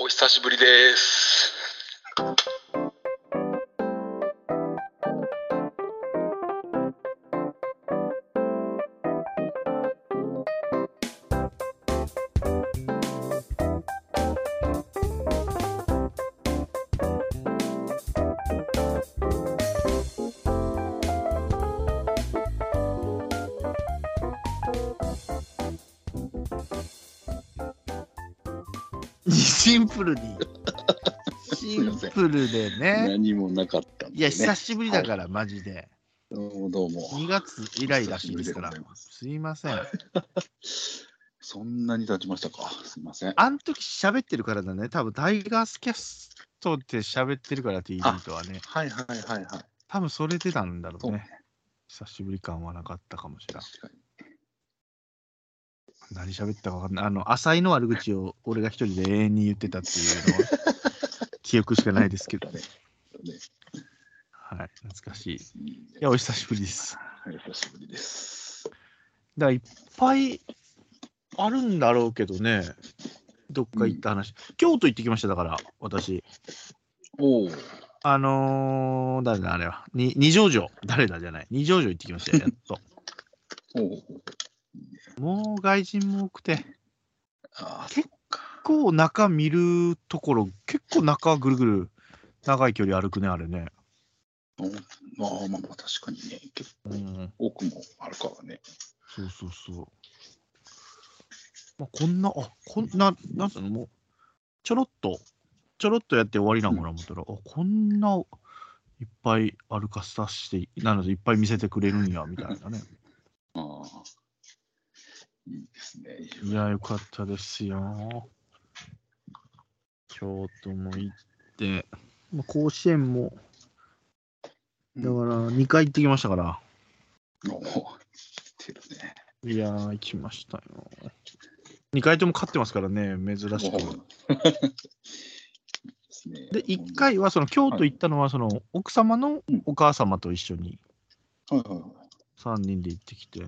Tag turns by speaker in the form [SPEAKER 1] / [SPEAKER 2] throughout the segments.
[SPEAKER 1] お久しぶりです。
[SPEAKER 2] シンプル に。シンプルでね。
[SPEAKER 1] 何もなかったん
[SPEAKER 2] いや、
[SPEAKER 1] ですね。
[SPEAKER 2] 久しぶりだから、マジで。
[SPEAKER 1] どうもどうも。
[SPEAKER 2] 2月以来らしいですから
[SPEAKER 1] 久しぶりでございま。す
[SPEAKER 2] すいません。
[SPEAKER 1] そんなに経ちましたか。すみません。
[SPEAKER 2] あの時喋ってるからだね。多分タイガースキャストって喋ってるから、TV とはね。
[SPEAKER 1] はいはいはいはい。
[SPEAKER 2] 多分それでなんだろ
[SPEAKER 1] そう
[SPEAKER 2] う
[SPEAKER 1] ね
[SPEAKER 2] ね。。久しぶり感はなかったかもしれない。
[SPEAKER 1] 確かに。
[SPEAKER 2] 何喋ったか分かんない。あの、浅井の悪口を俺が一人で永遠に言ってたっていうのは、記憶しかないですけどね。
[SPEAKER 1] ね
[SPEAKER 2] はい、懐かしい。い
[SPEAKER 1] うん
[SPEAKER 2] や、お久しぶりです。
[SPEAKER 1] はい、久しぶりです。
[SPEAKER 2] だからいっぱいあるんだろうけどね、どっか行った話。京都行ってきました、だから、私。
[SPEAKER 1] おお。
[SPEAKER 2] あのー、誰だ、あれは。に二条城、誰だじゃない。二条城行ってきましたよ、やっと。
[SPEAKER 1] おお。
[SPEAKER 2] もう外人も多くて、結
[SPEAKER 1] あー
[SPEAKER 2] 結構中見るところ、結構中ぐるぐる長い距離歩くね、あれね。
[SPEAKER 1] まあまあまあ、確かにね。結構
[SPEAKER 2] うん、
[SPEAKER 1] 奥もあるからね。
[SPEAKER 2] そうそうそう。まあ、こんな、あこんな、なんつうの、もう、ちょろっと、ちょろっとやって終わりなんかな思ったら、あこんないっぱい歩かさして、なのでいっぱい見せてくれるんや、みたいな ね。
[SPEAKER 1] ああ。いいですね。
[SPEAKER 2] いや、よかったですよ。京都も行って、まあ、甲子園も、だから2回行ってきましたから。
[SPEAKER 1] おお。ってるね。
[SPEAKER 2] いやー、行きましたよ。2回とも勝ってますからね、珍しく。
[SPEAKER 1] おーいいですね
[SPEAKER 2] で、1回は、その京都行ったのは、その奥様のお母様と一緒に
[SPEAKER 1] はいはいはい。
[SPEAKER 2] 3人で行ってきて、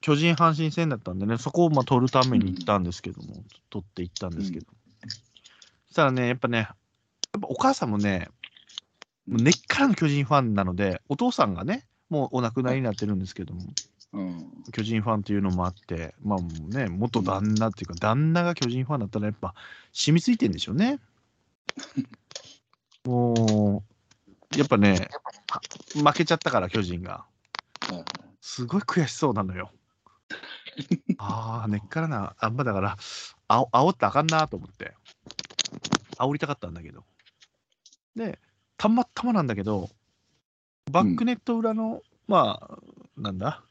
[SPEAKER 2] 巨人・阪神戦だったんでね、そこをまあ取るために行ったんですけども、取って行ったんですけど。そしたらね、やっぱね、やっぱお母さんもね、もう根っからの巨人ファンなので、お父さんがね、もうお亡くなりになってるんですけども、
[SPEAKER 1] うん。
[SPEAKER 2] 巨人ファンというのもあって、まあもうね、元旦那っていうか、旦那が巨人ファンだったら、やっぱ染みついてんでしょうね。 もう、やっぱね、は負けちゃったから、巨人が。
[SPEAKER 1] はい
[SPEAKER 2] すごい悔しそうな のよ。ああ、根っからな、あんまだから、あお煽ってあかんなと思って、煽りたかったんだけど。で、たまたまなんだけど、バックネット裏の、まあ、なんだ、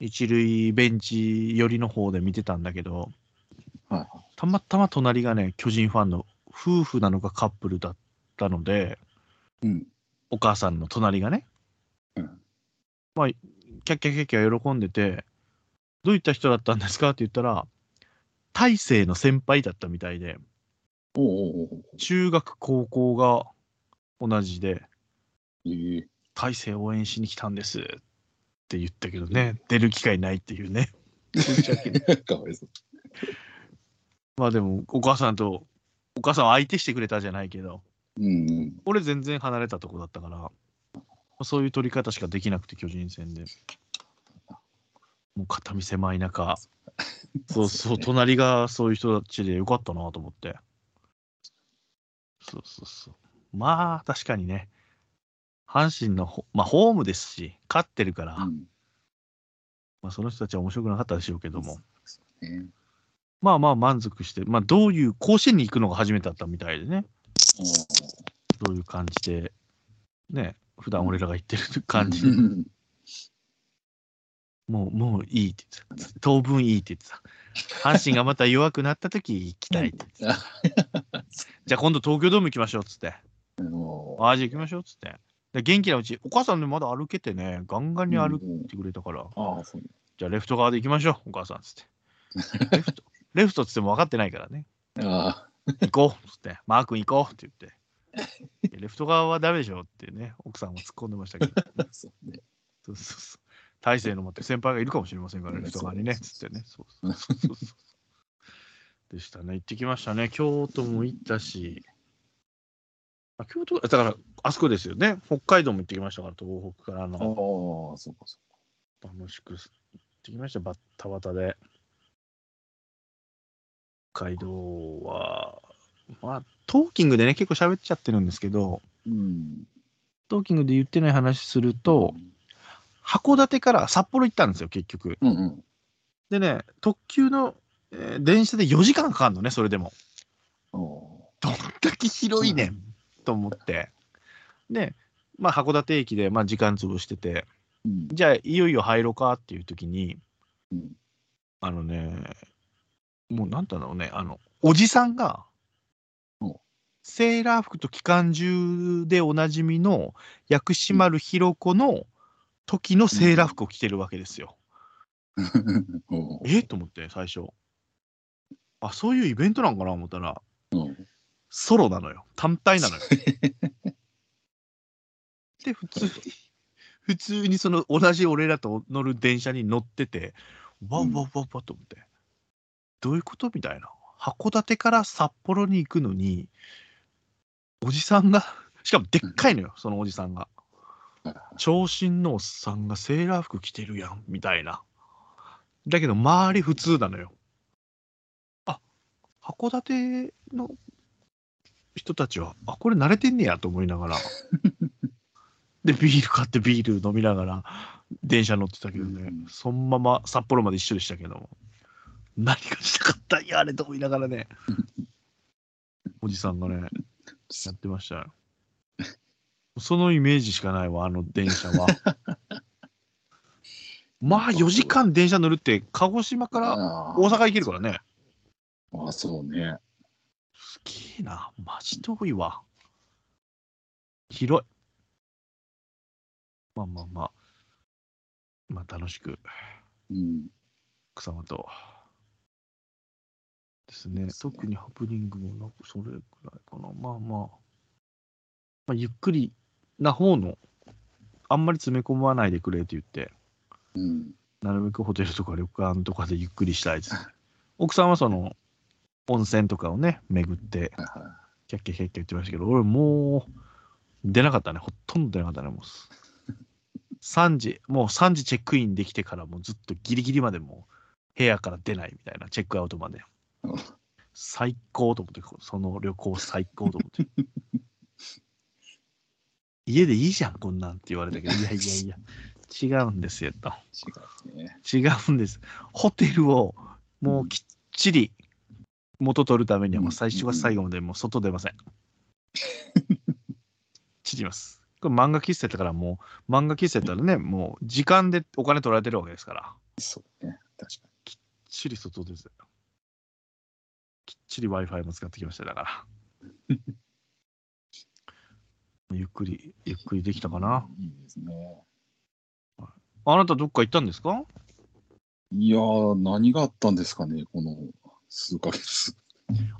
[SPEAKER 2] 一塁ベンチ寄りの方で見てたんだけど、
[SPEAKER 1] はい
[SPEAKER 2] たまたま隣がね、巨人ファンの夫婦なのかカップルだったので、
[SPEAKER 1] うん。
[SPEAKER 2] お母さんの隣がね、
[SPEAKER 1] うん
[SPEAKER 2] まあキャッキャッキャッキャ喜んでて「どういった人だったんですか?」って言ったら大勢の先輩だったみたいで
[SPEAKER 1] おおおお。
[SPEAKER 2] 中学高校が同じで
[SPEAKER 1] ええ
[SPEAKER 2] 「大勢応援しに来たんです」って言ったけどね出る機会ないっていうね
[SPEAKER 1] かわいそう。
[SPEAKER 2] まあでもお母さんとお母さんを相手してくれたじゃないけど
[SPEAKER 1] うんうん。
[SPEAKER 2] 俺全然離れたとこだったからまあそういう取り方しかできなくて巨人戦でもう片身狭い中そうそう、
[SPEAKER 1] ね
[SPEAKER 2] 隣がそういう人たちでよかったなと思って。そうそうそう。まあ、確かにね、阪神のほ、まあ、ホームですし、勝ってるから、
[SPEAKER 1] うん
[SPEAKER 2] まあ、その人たちは面白くなかったでしょうけども、
[SPEAKER 1] ね
[SPEAKER 2] まあまあ満足して、まあ、どういう、甲子園に行くのが初めてだったみたいでね、
[SPEAKER 1] おー
[SPEAKER 2] どういう感じで、ね、普段俺らが行ってる感じ
[SPEAKER 1] う
[SPEAKER 2] で、
[SPEAKER 1] ん
[SPEAKER 2] もう、もういいって言ってた。当分いいって言ってた。阪神がまた弱くなった時行きたいって言ってた。じゃあ今度東京ドーム行きましょうっつって。
[SPEAKER 1] あのー
[SPEAKER 2] ああ、じゃあ行きましょうっつって。で元気なうち、お母さんね、まだ歩けてね、ガンガンに歩いてくれたから、
[SPEAKER 1] ああ、そう
[SPEAKER 2] じゃあレフト側で行きましょう、お母さんっつって。レフト、レフトっつっても分かってないからね。
[SPEAKER 1] あ
[SPEAKER 2] 行こうっつって、マー君行こうって言って。いやレフト側はダメでしょってね、奥さんも突っ込んでましたけど。
[SPEAKER 1] あ、そうね。
[SPEAKER 2] そうそうそう。大勢のもって先輩がいるかもしれませんから、
[SPEAKER 1] うん
[SPEAKER 2] レフト側にね、
[SPEAKER 1] そう
[SPEAKER 2] つってね。そうそうそうそう。でしたね。行ってきましたね。京都も行ったし、あ京都、だから、あそこですよね。北海道も行ってきましたから、東北から
[SPEAKER 1] ああ
[SPEAKER 2] の。、
[SPEAKER 1] そうかそ
[SPEAKER 2] 楽しく行ってきましたよ、バッタバタで。北海道は、まあ、トーキングでね、結構喋っちゃってるんですけど、
[SPEAKER 1] う。うん。
[SPEAKER 2] トーキングで言ってない話すると、函館から札幌行ったんですよ、結局。
[SPEAKER 1] うんうん。
[SPEAKER 2] でね、特急の、えー電車で4時間かかるのね、それでも。
[SPEAKER 1] あー
[SPEAKER 2] どんだけ広いねんと思って。で、まあ、函館駅で、まあ、時間潰してて、
[SPEAKER 1] うん。
[SPEAKER 2] じゃあ、いよいよ入ろうかっていう時に、
[SPEAKER 1] うん
[SPEAKER 2] あのね、もうなんて言うんだろうね、あの、おじさんが
[SPEAKER 1] うん、
[SPEAKER 2] セーラー服と機関銃でおなじみの薬師丸ひろ子の時のセーラー服を着てるわけですよ。
[SPEAKER 1] おー
[SPEAKER 2] えっと思って、最初。あ、そういうイベントなんかな思ったら、
[SPEAKER 1] うん
[SPEAKER 2] ソロなのよ。単体なのよ。 で、普通に、普通にその同じ俺らと乗る電車に乗ってて、わわ
[SPEAKER 1] うん
[SPEAKER 2] わわわと思って、どういうことみたいな。函館から札幌に行くのに、おじさんが、しかもでっかいのよ、そのおじさんが
[SPEAKER 1] はい。
[SPEAKER 2] 長身のおっさんがセーラー服着てるやん、みたいな。だけど、周り普通なのよ。あ、函館の人たちは、あ、これ慣れてんねやと思い ながら。で、ビール買ってビール飲みながら、電車乗ってたけどね、
[SPEAKER 1] うん
[SPEAKER 2] そのまま札幌まで一緒でしたけども、何がしたかったんや、あれと思いなが らね、おじさんがね、やってまし たよ。そのイメージしかないわ、あの電車 は。まあ、4時間電車乗るって、鹿児島から
[SPEAKER 1] あ
[SPEAKER 2] 大阪行けるからね。
[SPEAKER 1] ら。あそうね。
[SPEAKER 2] すげえな、マジ遠いわ。広い。まあまあまあ、まあ楽しく、
[SPEAKER 1] うん。
[SPEAKER 2] 草間と。ですね、特にハプニングもなく、それくらいかな。まあまあ、まあ、ゆっくりな方の、あんまり詰め込まないでくれって言って、
[SPEAKER 1] うん。
[SPEAKER 2] なるべくホテルとか旅館とかでゆっくりしたいです。奥さんはその、温泉とかをね、巡って、
[SPEAKER 1] はいはい
[SPEAKER 2] キャッキャキャッキャ言ってましたけど、俺もう出なかったね。ほとんど出なかったね。もうす3時、もう3時チェックインできてからもうずっとギリギリまでもう部屋から出ないみたいな、チェックアウトまで
[SPEAKER 1] うん。
[SPEAKER 2] 最高と思って、その旅行最高と思って。家でいいじゃん、こんなんって言われたけど、いやいやいや、違うんですよ、と。
[SPEAKER 1] 違うね。
[SPEAKER 2] 違うんです。ホテルをもうきっちり元取るためにはもう最初は最後までもう外出ません。散ります。これ漫画喫茶やったからもう漫画喫茶やったらね、もう時間でお金取られてるわけですから、
[SPEAKER 1] そうね。確か
[SPEAKER 2] きっちり外です。きっちり Wi-Fi も使ってきましただから。 ゆっくり、ゆっくりできたかな。
[SPEAKER 1] に。いいですね。
[SPEAKER 2] あなたどっか行ったんですか
[SPEAKER 1] いやー、何があったんですかね、この数ヶ月。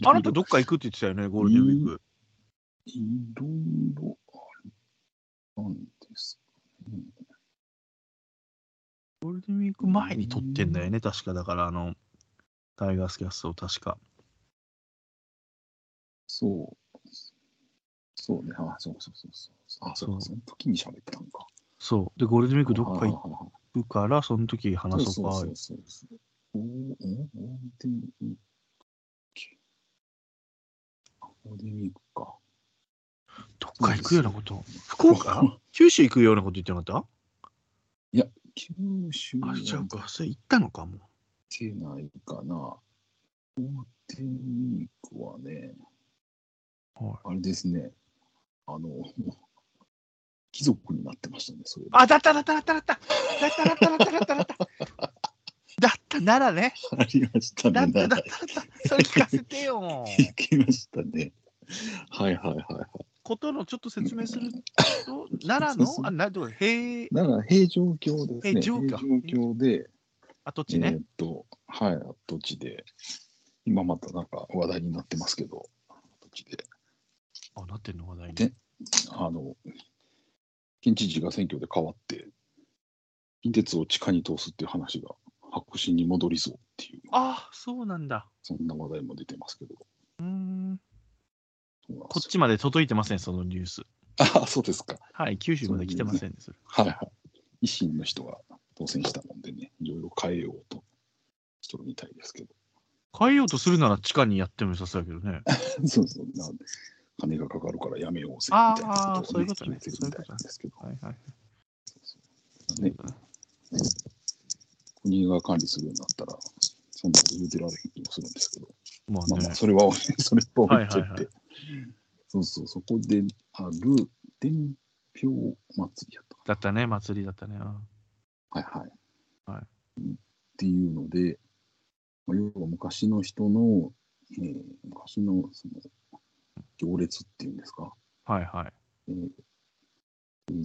[SPEAKER 2] あなたどっか行くって言ってたよね、ゴールデンウィーク。
[SPEAKER 1] いろいろあれなんですかね。
[SPEAKER 2] ゴールデンウィーク前に撮ってんだよね、確か。だから、あの、タイガースキャストを確か。
[SPEAKER 1] そう。そうね。あ、そうそうそうそう。あ、そうか。
[SPEAKER 2] そ
[SPEAKER 1] その時に喋ったんか。
[SPEAKER 2] そう。で、ゴールデンウィークどっか
[SPEAKER 1] はい
[SPEAKER 2] 行くから、その時話そうか。
[SPEAKER 1] そうそうそうそう。おーおーゴールデンウィーク。あゴールデンウィークか。
[SPEAKER 2] どっか行くようなこと。福岡九州行くようなこと言ってなかっ
[SPEAKER 1] 九州
[SPEAKER 2] た
[SPEAKER 1] は
[SPEAKER 2] あれちゃう
[SPEAKER 1] 行っ
[SPEAKER 2] か。それ行ったのかもう。
[SPEAKER 1] てないかな。ゴールデンウィークはね、
[SPEAKER 2] はい
[SPEAKER 1] あれですね。あの、 貴族になってましたね、そ れ。
[SPEAKER 2] あ、だっただっただっただっただっただっただっただっただっただったならね。
[SPEAKER 1] ありました
[SPEAKER 2] だっ
[SPEAKER 1] ね。
[SPEAKER 2] ただった
[SPEAKER 1] 行
[SPEAKER 2] だった。それ聞かせてよ、もう。
[SPEAKER 1] きましたね。はいはいはいはい。
[SPEAKER 2] ことのちょっと説明すると、奈良の、あ、などう、平、
[SPEAKER 1] だから平城京ですね。
[SPEAKER 2] 平城京
[SPEAKER 1] 京で、
[SPEAKER 2] 跡
[SPEAKER 1] え
[SPEAKER 2] 地ね
[SPEAKER 1] ー。っと、はい、跡地で、今またなんか話題になってますけど、跡地で、
[SPEAKER 2] あ、なってんの話題に。
[SPEAKER 1] であの、県知事が選挙で変わって、近鉄を地下に通すっていう話が白紙に戻りそうっていう、
[SPEAKER 2] ああ、そうなんだ。
[SPEAKER 1] そんな話題も出てますけど。
[SPEAKER 2] うーん。
[SPEAKER 1] そうなんですよ
[SPEAKER 2] こっちまで届いてません、そのニュース。
[SPEAKER 1] ああ、そうですか。
[SPEAKER 2] はい、九州まで来てませんね、それ。
[SPEAKER 1] はいはい。維新の人が当選したもんでね、いろいろ変えようとしてるみたいですけど。
[SPEAKER 2] 変えようとするなら地下にやっても良さそうやけどね。
[SPEAKER 1] そうそう。なんで、金がかかるからやめようぜ
[SPEAKER 2] あ
[SPEAKER 1] み
[SPEAKER 2] ー
[SPEAKER 1] たいなことを、
[SPEAKER 2] そういうことね
[SPEAKER 1] 決めてるみたいなんですけど。
[SPEAKER 2] はいはい。
[SPEAKER 1] ね、国が管理するようになったら、そんなこと言うてられへん気もするんですけど。
[SPEAKER 2] まあ
[SPEAKER 1] まあ
[SPEAKER 2] ね
[SPEAKER 1] まあ、。それは、 それは置いといて、
[SPEAKER 2] はいはいはい
[SPEAKER 1] そうそう、そこである伝票祭りやったか
[SPEAKER 2] だったね、祭りだったね。うん
[SPEAKER 1] な。はいはい。
[SPEAKER 2] はい
[SPEAKER 1] っていうので、まあ、要は昔の人の、えー昔のその行列っていうんですか、
[SPEAKER 2] はいはい。
[SPEAKER 1] えー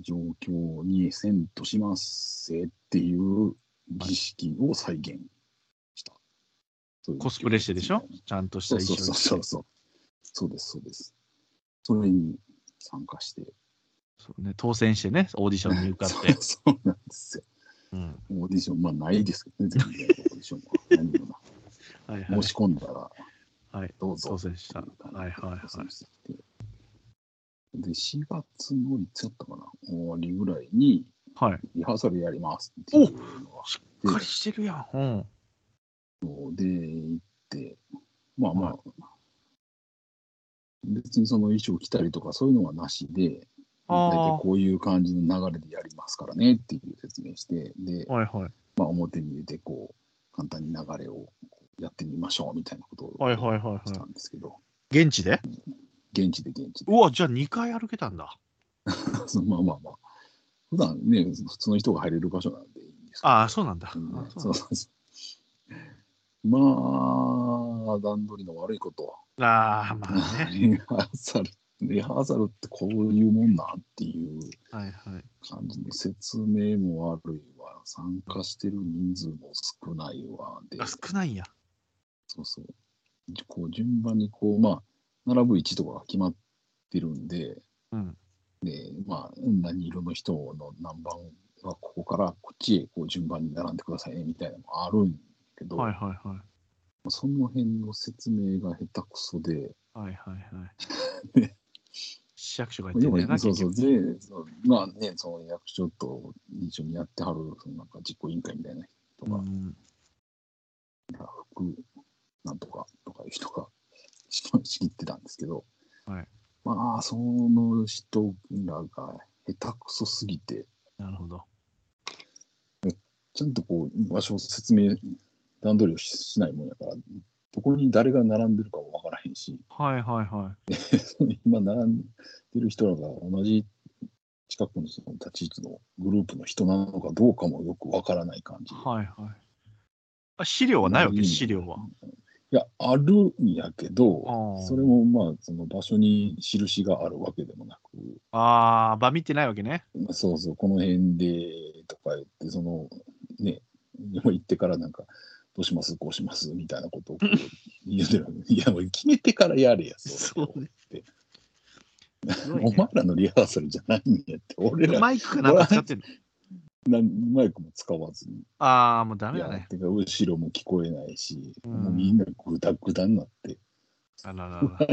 [SPEAKER 1] 状況にせんとしますせっていう儀式を再現した。そういう
[SPEAKER 2] コスプレしてでしょちゃんとし
[SPEAKER 1] そ
[SPEAKER 2] た
[SPEAKER 1] うそ
[SPEAKER 2] 衣
[SPEAKER 1] う
[SPEAKER 2] 装着て
[SPEAKER 1] そうそう。そうです、そうです。それに参加して。
[SPEAKER 2] そうね、当選してね、オーディションに受かっ て。
[SPEAKER 1] そうそうなんですよ。
[SPEAKER 2] うん
[SPEAKER 1] オーディション、まあないですけどね、全然オーディションは。何もな
[SPEAKER 2] はいは
[SPEAKER 1] 申
[SPEAKER 2] い
[SPEAKER 1] し込んだら
[SPEAKER 2] はい。
[SPEAKER 1] どうぞ。
[SPEAKER 2] 当選した。はいはいはい
[SPEAKER 1] 当選してで、4月のいつやったかな、終わりぐらいに
[SPEAKER 2] はい。
[SPEAKER 1] リハーサルやりますっていうのが
[SPEAKER 2] しっかりしてるやん。うん。
[SPEAKER 1] で行って、まあまあ、別にその衣装着たりとかそういうのはなしで、大
[SPEAKER 2] あ
[SPEAKER 1] 体こういう感じの流れでやりますからねっていう説明して、で
[SPEAKER 2] あ。、はいはい。
[SPEAKER 1] まあ、表に出てこう、簡単に流れをやってみましょうみたいなことを
[SPEAKER 2] はいはいはいはい
[SPEAKER 1] したんですけど、
[SPEAKER 2] 現地で
[SPEAKER 1] 現地で現地で、
[SPEAKER 2] うわ、じゃあ2回歩けたんだ。
[SPEAKER 1] そのまあまあまあ、普段ね、普通の人が入れる場所なんでいいんですけど
[SPEAKER 2] ああ、そうなんだ。
[SPEAKER 1] うん
[SPEAKER 2] あ
[SPEAKER 1] そ
[SPEAKER 2] そう
[SPEAKER 1] そうそうまあ、段取りの悪いこと。
[SPEAKER 2] なんだあー、まあね。
[SPEAKER 1] リハーサル、リハーサルってこういうもんなんっていう
[SPEAKER 2] はいはい。
[SPEAKER 1] 感じの説明も悪いわ、参加してる人数も少ないわ、で
[SPEAKER 2] あ、、少ないんや。
[SPEAKER 1] そうそう。こう順番にこう、まあ、並ぶ位置とかが決まってるんで、
[SPEAKER 2] うん。
[SPEAKER 1] で、まあ、何色の人の何番はここからこっちへこう順番に並んでくださいねみたいなのもあるんだけど、
[SPEAKER 2] はいはいはい。
[SPEAKER 1] その辺の説明が下手くそで、
[SPEAKER 2] はいはいは い
[SPEAKER 1] ね。
[SPEAKER 2] 市役所がやって
[SPEAKER 1] 要
[SPEAKER 2] んだよな、
[SPEAKER 1] はそう
[SPEAKER 2] 結
[SPEAKER 1] そう
[SPEAKER 2] 局。
[SPEAKER 1] でそうまあねその役所と一緒にやってはるそのなんか実行委員会みたいな人
[SPEAKER 2] う
[SPEAKER 1] が、
[SPEAKER 2] ん
[SPEAKER 1] 服なんとかとかいう人が仕切ってたんですけど、
[SPEAKER 2] はい
[SPEAKER 1] まあその人らが下手くそすぎて
[SPEAKER 2] なるほど。
[SPEAKER 1] ちゃんとこう場所を説明段取りをししないもんやからどこに誰が並んでるかもわからへんし
[SPEAKER 2] はいはいは
[SPEAKER 1] 今並んでる人らが同じ近くのその立ち位置のグループの人なのかどうかもよくわからない感
[SPEAKER 2] い。
[SPEAKER 1] じで
[SPEAKER 2] はいはい。あ資料はないわ
[SPEAKER 1] う
[SPEAKER 2] け、
[SPEAKER 1] ん
[SPEAKER 2] 資料は。
[SPEAKER 1] いや、あるんやけど
[SPEAKER 2] あ、ー
[SPEAKER 1] それもまあ、その場所に印があるわけでもなく、
[SPEAKER 2] ああ、場見てないわけ ね。
[SPEAKER 1] まあそうそう、この辺でとか言って、その、ね、日本行ってからなんか、どうしますこうしますみたいなことをこう言ってるわけ。いや、もう決めてからやれや、れ
[SPEAKER 2] そうね
[SPEAKER 1] って
[SPEAKER 2] すごい
[SPEAKER 1] お
[SPEAKER 2] ね
[SPEAKER 1] 前らのリハーサルじゃないんやって、俺ら
[SPEAKER 2] マイクかなんか使ってんの
[SPEAKER 1] なんマイクも使わずに
[SPEAKER 2] ああ、もうダメ
[SPEAKER 1] や
[SPEAKER 2] だね
[SPEAKER 1] っ。てか、後ろも聞こえないし、
[SPEAKER 2] うん
[SPEAKER 1] もうみんなグダグダになって。
[SPEAKER 2] あら らら。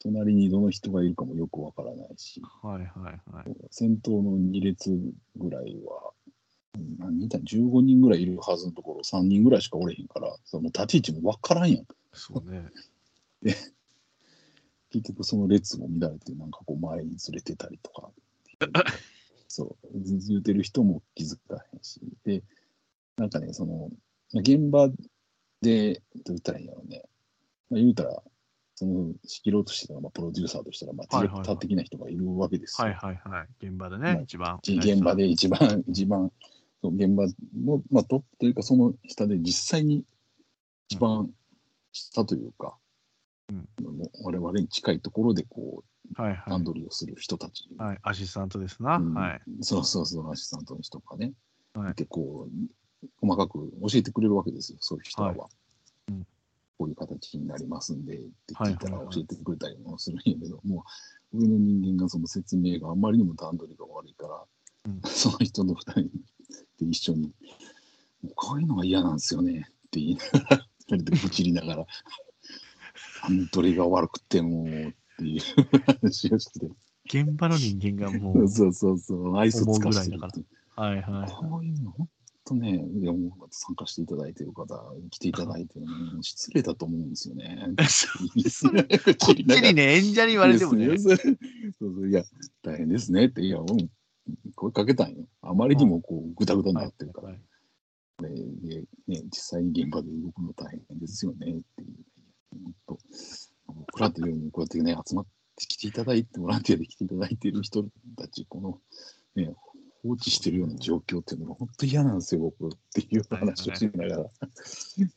[SPEAKER 1] 隣にどの人がいるかもよくわからないし、
[SPEAKER 2] はいはいはい。
[SPEAKER 1] 先頭の2列ぐらいは、うん何人いた ?15 人ぐらいいるはずのところ、3人ぐらいしかおれへんから、その立ち位置もわからんやん。
[SPEAKER 2] そうね。
[SPEAKER 1] 結局その列も乱れて、なんかこう前にずれてたりと か。そう、言うてる人も気づかへんし。で、なんかね、その、現場で、どう言ったらいいんやろうね。まあ、言うたら、その仕切ろうとしてたのはまあプロデューサーとしたら、まあ、
[SPEAKER 2] は
[SPEAKER 1] デ
[SPEAKER 2] い
[SPEAKER 1] ィレ
[SPEAKER 2] はいはい
[SPEAKER 1] クター的な人がいるわけですよ。
[SPEAKER 2] はいはいはい。現場で
[SPEAKER 1] まあ
[SPEAKER 2] ね、一番。
[SPEAKER 1] 現場で一番、一番、そう現場の、まあ、トップというか、その下で実際に一番下というか、
[SPEAKER 2] うん
[SPEAKER 1] もう我々に近いところでこ
[SPEAKER 2] はいは
[SPEAKER 1] う段
[SPEAKER 2] い。
[SPEAKER 1] 取りをする人たち、
[SPEAKER 2] はい、アシスタントですな。
[SPEAKER 1] うん
[SPEAKER 2] はい。
[SPEAKER 1] そうそうそう、アシスタントの人がね、
[SPEAKER 2] はい
[SPEAKER 1] いてこう、細かく教えてくれるわけですよ、そういう人らは。
[SPEAKER 2] は
[SPEAKER 1] こういう形になりますんでって聞いたら
[SPEAKER 2] はいはいはい
[SPEAKER 1] 教えてくれたりもするんやけど、もう上の人間がその説明があ まりにも段取りが悪いから、
[SPEAKER 2] うん
[SPEAKER 1] その人の2人で一緒にもうこういうのが嫌なんですよねって言いながら、それでぶちりながら、 段取りが悪くてもうっていう話をして、
[SPEAKER 2] 現場の人間が も
[SPEAKER 1] そうう、そうそうそう、愛想つかしてる
[SPEAKER 2] 思うぐらいだから
[SPEAKER 1] っていう
[SPEAKER 2] はいは
[SPEAKER 1] こういうの、本当ね、いやもう参加していただいてる方、来ていただいてるのも失礼だと思うんですよね。
[SPEAKER 2] い。そそれ
[SPEAKER 1] こっ
[SPEAKER 2] こっちにね、演者に言われてもね、
[SPEAKER 1] そうそういや、大変ですねって、いや、うん、声かけたんよ。あまりにもこう、ぐたぐたになってるから、
[SPEAKER 2] はい
[SPEAKER 1] でね、実際に現場で動くの大変ですよねっていう。本当僕らというよりもこうやってね、集まってきていただいて、ボランティアで来ていただいている人たち、この、ね、放置してるような状況っていうのが本当嫌なんですよ、僕っていう話をしながら。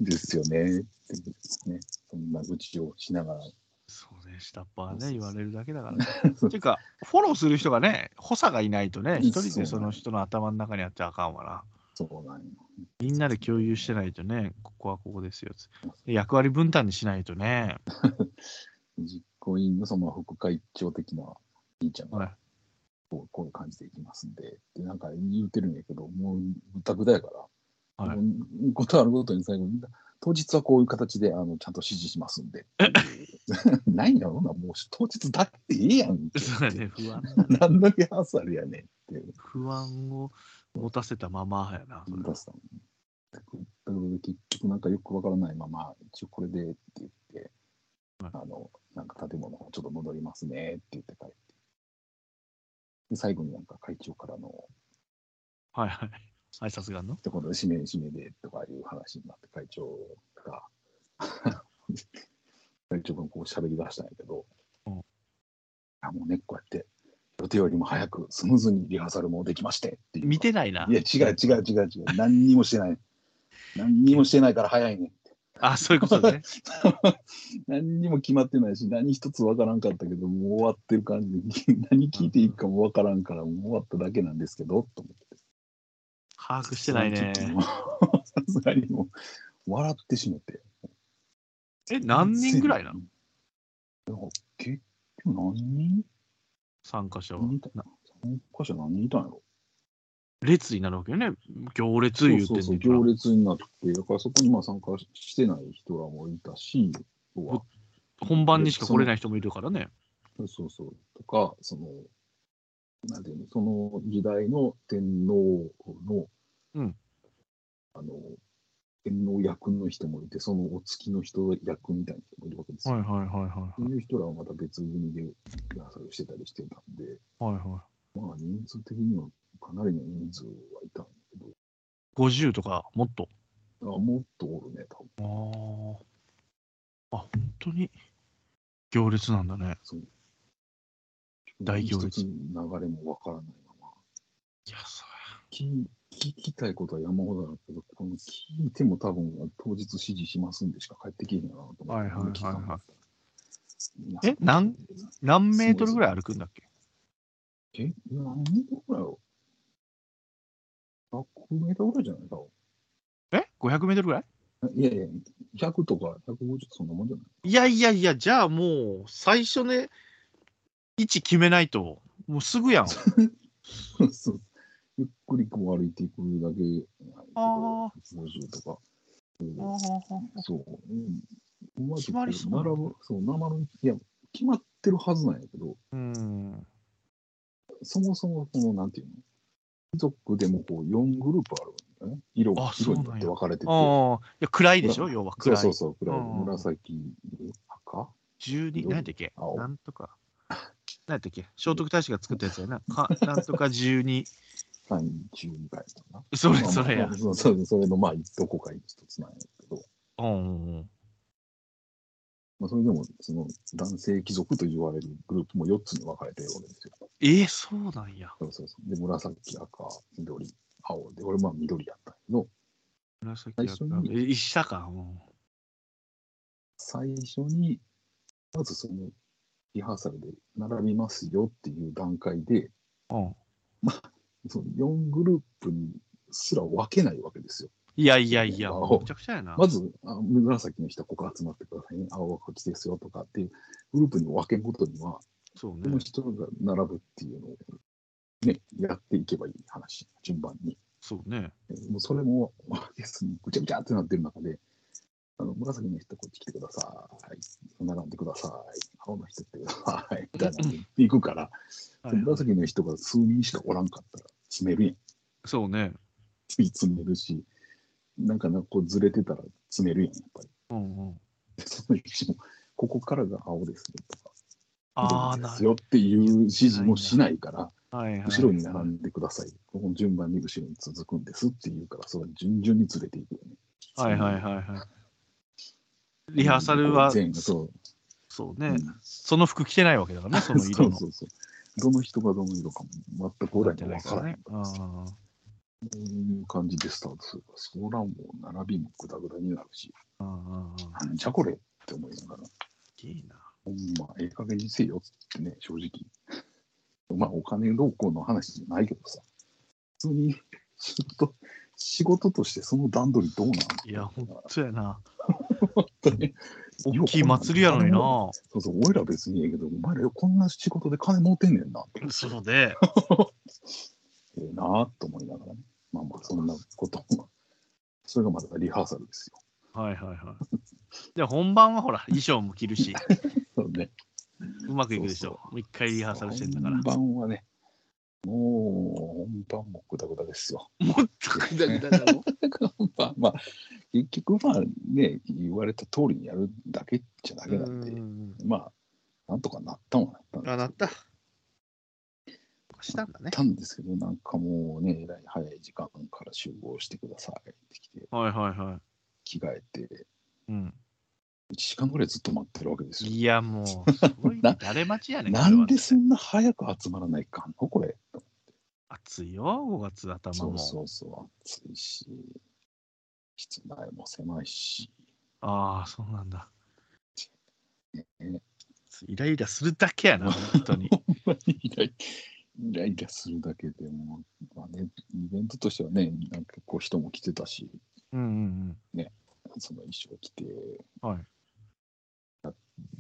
[SPEAKER 1] ですよねっていうね、そんな愚痴をしながら。
[SPEAKER 2] そうね、下っ端はね、言われるだけだからね。
[SPEAKER 1] そう
[SPEAKER 2] ていうか、フォローする人がね、補佐がいないとね、
[SPEAKER 1] うん
[SPEAKER 2] 一人でその人の頭の中にあっちゃあかんわな。
[SPEAKER 1] そうなんよ。
[SPEAKER 2] みんなで共有してないとね、ここはここですよ。で役割分担にしないとね、
[SPEAKER 1] 実行委員のその副会長的な兄ちゃん
[SPEAKER 2] はい
[SPEAKER 1] がこうこういう感じでいきますんで、でなんか言うてるんやけど、もうぐたぐたやから、
[SPEAKER 2] はい
[SPEAKER 1] もうことあるごとに最後、当日はこういう形であのちゃんと指示しますんで。 ないんだろうな、もう当日だっていいやんって。
[SPEAKER 2] そうだね、不安だね。
[SPEAKER 1] 何のリハーサルやねんって。
[SPEAKER 2] 不安を持たせたままやな。それ
[SPEAKER 1] 出したのだけど結局なんかよくわからないまま一応これでって言って、
[SPEAKER 2] はい
[SPEAKER 1] あのなんか建物ちょっと戻りますねって言って帰ってで最後になんか会長からの
[SPEAKER 2] はいはい。挨拶があんの
[SPEAKER 1] 一言で締め締めでとかいう話になって会長が 会長がこう喋り出したんやけど、
[SPEAKER 2] うん
[SPEAKER 1] あもうねこうやって予定よりも早くスムーズにリハーサルもできましてっていう
[SPEAKER 2] 見てないな。
[SPEAKER 1] いや、違う違う違う違う。何にもしてない。何にもしてないから早いね。
[SPEAKER 2] あ、そういうこ とね。
[SPEAKER 1] 何にも決まってないし、何一つわからんかったけど、もう終わってる感じで、何聞いていいかもわからんから、もう終わっただけなんですけど、と思って。
[SPEAKER 2] 把握してないね。
[SPEAKER 1] もうさすがにもう、笑ってしまって。
[SPEAKER 2] え、何人ぐらいなの
[SPEAKER 1] の結局何人
[SPEAKER 2] 参加者は
[SPEAKER 1] 何。人いた
[SPEAKER 2] な
[SPEAKER 1] 参加者何人いたんやろ
[SPEAKER 2] 列になるわけよね。行列言うて
[SPEAKER 1] そ
[SPEAKER 2] ん
[SPEAKER 1] うそ
[SPEAKER 2] ね
[SPEAKER 1] うん行
[SPEAKER 2] か
[SPEAKER 1] 列になって、だからそこにまあ参加してない人らもいたし、要は
[SPEAKER 2] ら。本番にしか来れない人もいるからね。
[SPEAKER 1] そうそうそう。とか、その、なんていうの、その時代の天皇の、
[SPEAKER 2] うん
[SPEAKER 1] あの、天皇役の人もいて、そのお月の人役みたいな人もいるわけですよ。
[SPEAKER 2] はいはいはいは
[SPEAKER 1] そういう人らはまた別組でリハーサルしてたりしてたんで、
[SPEAKER 2] い。はいは
[SPEAKER 1] まあ人数的にはかなりの人数はいたんだけ
[SPEAKER 2] い。50とかもっと。
[SPEAKER 1] ど、あもっとおるね、多分。
[SPEAKER 2] あーあ。本当に行列なんだね。
[SPEAKER 1] そう
[SPEAKER 2] 大行列
[SPEAKER 1] 一つの流れもわからないまま。
[SPEAKER 2] いや、そ
[SPEAKER 1] 聞聞きたいことは山ほどあるけど、この聞いても多分当日指示しますんでしか帰ってきへんなと思って。
[SPEAKER 2] はいはいはいはい
[SPEAKER 1] 聞かなかった
[SPEAKER 2] えなんう何メートルぐらい歩くんだっけ
[SPEAKER 1] え、何メートルぐらいよ ?100 メートルぐらいじゃないか。
[SPEAKER 2] え ?500 メートルぐらい
[SPEAKER 1] いやいや、100とか150そんなもんじゃない
[SPEAKER 2] いやいやいや、じゃあもう、最初ね、位置決めないと、もうすぐやん。
[SPEAKER 1] そうそうゆっくりこう歩いていくだけなんやけど。
[SPEAKER 2] あ
[SPEAKER 1] 50とか。
[SPEAKER 2] あ
[SPEAKER 1] そう。うん、まず
[SPEAKER 2] 決まりそうなんだ
[SPEAKER 1] 並ぶ、そう、生の、いや、決まってるはずなんやけど、
[SPEAKER 2] うん。
[SPEAKER 1] そもそも、この、なんていうの貴族でもこう4グループあるんだね。色
[SPEAKER 2] あ
[SPEAKER 1] が
[SPEAKER 2] そう
[SPEAKER 1] 色
[SPEAKER 2] な
[SPEAKER 1] に
[SPEAKER 2] んや
[SPEAKER 1] よって分かれてて。
[SPEAKER 2] ああ、いや暗いでしょ、要は
[SPEAKER 1] そう
[SPEAKER 2] 暗
[SPEAKER 1] そ。
[SPEAKER 2] いう
[SPEAKER 1] そう、暗い。
[SPEAKER 2] うん
[SPEAKER 1] 紫、赤
[SPEAKER 2] 12、何やったっけ
[SPEAKER 1] 青
[SPEAKER 2] なんとか。何やったっけ聖徳太子が作ったやつやな。 かなんとか12。
[SPEAKER 1] ?32 回とかな。
[SPEAKER 2] それそれや
[SPEAKER 1] まあ。そうそうそれの、まあ、どこか一つなんやけど、
[SPEAKER 2] うんうんうん。
[SPEAKER 1] まあ、それでも、その、男性貴族と言われるグループも4つに分かれてるわけですよ。
[SPEAKER 2] えー、そうなんや。
[SPEAKER 1] そうそうそう。で、紫、赤、緑、青で、俺、まあ、緑やったんやけど、
[SPEAKER 2] 紫やった
[SPEAKER 1] 最初。に
[SPEAKER 2] え、一社か。うん
[SPEAKER 1] 最初に、まずその、リハーサルで並びますよっていう段階で、
[SPEAKER 2] うん。
[SPEAKER 1] その4グループにすら分けないわけですよ。
[SPEAKER 2] いやいやいや、
[SPEAKER 1] 青
[SPEAKER 2] もうめちゃくちゃやな。
[SPEAKER 1] まず、あ紫の人はここ集まってくださいね、青はこっちですよとかっていうグループに分けることには、
[SPEAKER 2] そう
[SPEAKER 1] そ
[SPEAKER 2] ね
[SPEAKER 1] の。人が並ぶっていうのを、ね、やっていけばいい話、順番に。
[SPEAKER 2] そうね。
[SPEAKER 1] もうそれも、 ゲスにぐちゃぐちゃってなってる中で、あの紫の人こっち来てください。並んでください。青の人来てください。みたいなの言っていくから、
[SPEAKER 2] はい
[SPEAKER 1] で紫の人が数人しかおらんかったら詰めるやん。
[SPEAKER 2] そうね。
[SPEAKER 1] つい詰めるし、なんかなんかこうずれてたら詰めるやん、やっぱり。
[SPEAKER 2] うんうん。
[SPEAKER 1] でその人も、ここからが青ですねとか、
[SPEAKER 2] ああ、
[SPEAKER 1] 緑
[SPEAKER 2] な
[SPEAKER 1] ですよっていう指示もしないから、
[SPEAKER 2] はいはい。
[SPEAKER 1] 後ろに並んでください。この順番に後ろに続くんですっていうから、それは順々にずれていくよね。
[SPEAKER 2] はいはいはいはい。リハーサルは、
[SPEAKER 1] 全そう。
[SPEAKER 2] そうね、
[SPEAKER 1] うん
[SPEAKER 2] その服着てないわけだからね、その色 の。
[SPEAKER 1] そうそうそう。どの人がどの色かも全く俺に
[SPEAKER 2] な
[SPEAKER 1] も
[SPEAKER 2] い
[SPEAKER 1] 分からない。
[SPEAKER 2] ああ
[SPEAKER 1] そういう感じでスタートするから、そらもう並びもグダグダになるし、
[SPEAKER 2] ああ
[SPEAKER 1] なんじゃこれって思いながら、
[SPEAKER 2] いいな。
[SPEAKER 1] ほんま、ええ加減にせよってね、正直。まあ、お金どうこうの話じゃないけどさ、普通に仕事、仕事としてその段取りどうなん
[SPEAKER 2] いや、ほんとやな。
[SPEAKER 1] 本当に
[SPEAKER 2] 大きい祭りやのにな。
[SPEAKER 1] そうそう、俺ら別にええけど、お前らよこんな仕事で金持てんねんなって。
[SPEAKER 2] そうで、
[SPEAKER 1] ええなぁと思いながらね。まあまあ、そんなことも。それがまだリハーサルですよ。
[SPEAKER 2] はいはいはい。で、本番はほら、衣装も着るし、
[SPEAKER 1] そうね。
[SPEAKER 2] うまくいくでしょ。
[SPEAKER 1] そう
[SPEAKER 2] もう一回リハーサルしてんだから。
[SPEAKER 1] 本番はね、もう、本番もグダグダですよ。
[SPEAKER 2] もっとグダグダだろ。
[SPEAKER 1] 本番、まあ、結局、まあね、言われた通りにやるだけじゃだけなんで、
[SPEAKER 2] うん
[SPEAKER 1] まあ、なんとかなったんはなったんです
[SPEAKER 2] あ、なった。したんだ
[SPEAKER 1] な
[SPEAKER 2] ね
[SPEAKER 1] っ。たんですけど、なんかもうね、えらい早い時間から集合してくださいって来て、
[SPEAKER 2] はいはいは
[SPEAKER 1] 着替えて、
[SPEAKER 2] い。うん
[SPEAKER 1] 1時間ぐらいずっと待ってるわけですよ。
[SPEAKER 2] いやもう、すごい ね
[SPEAKER 1] な
[SPEAKER 2] 誰待ちやねん。
[SPEAKER 1] なんでそ
[SPEAKER 2] す
[SPEAKER 1] んな早く集まらないかんのこれ。
[SPEAKER 2] 暑いよ、5月頭
[SPEAKER 1] そう
[SPEAKER 2] も。
[SPEAKER 1] そうそう、暑いし、室内も狭いし、
[SPEAKER 2] ああ、そうなんだ。
[SPEAKER 1] ね、
[SPEAKER 2] イライラするだけやな、本当に。
[SPEAKER 1] ほんまにイライイライラするだけでも、まあね、イベントとしてはね、なんかこう人も来てたし、
[SPEAKER 2] うんうん
[SPEAKER 1] その衣装着て
[SPEAKER 2] うん。はい。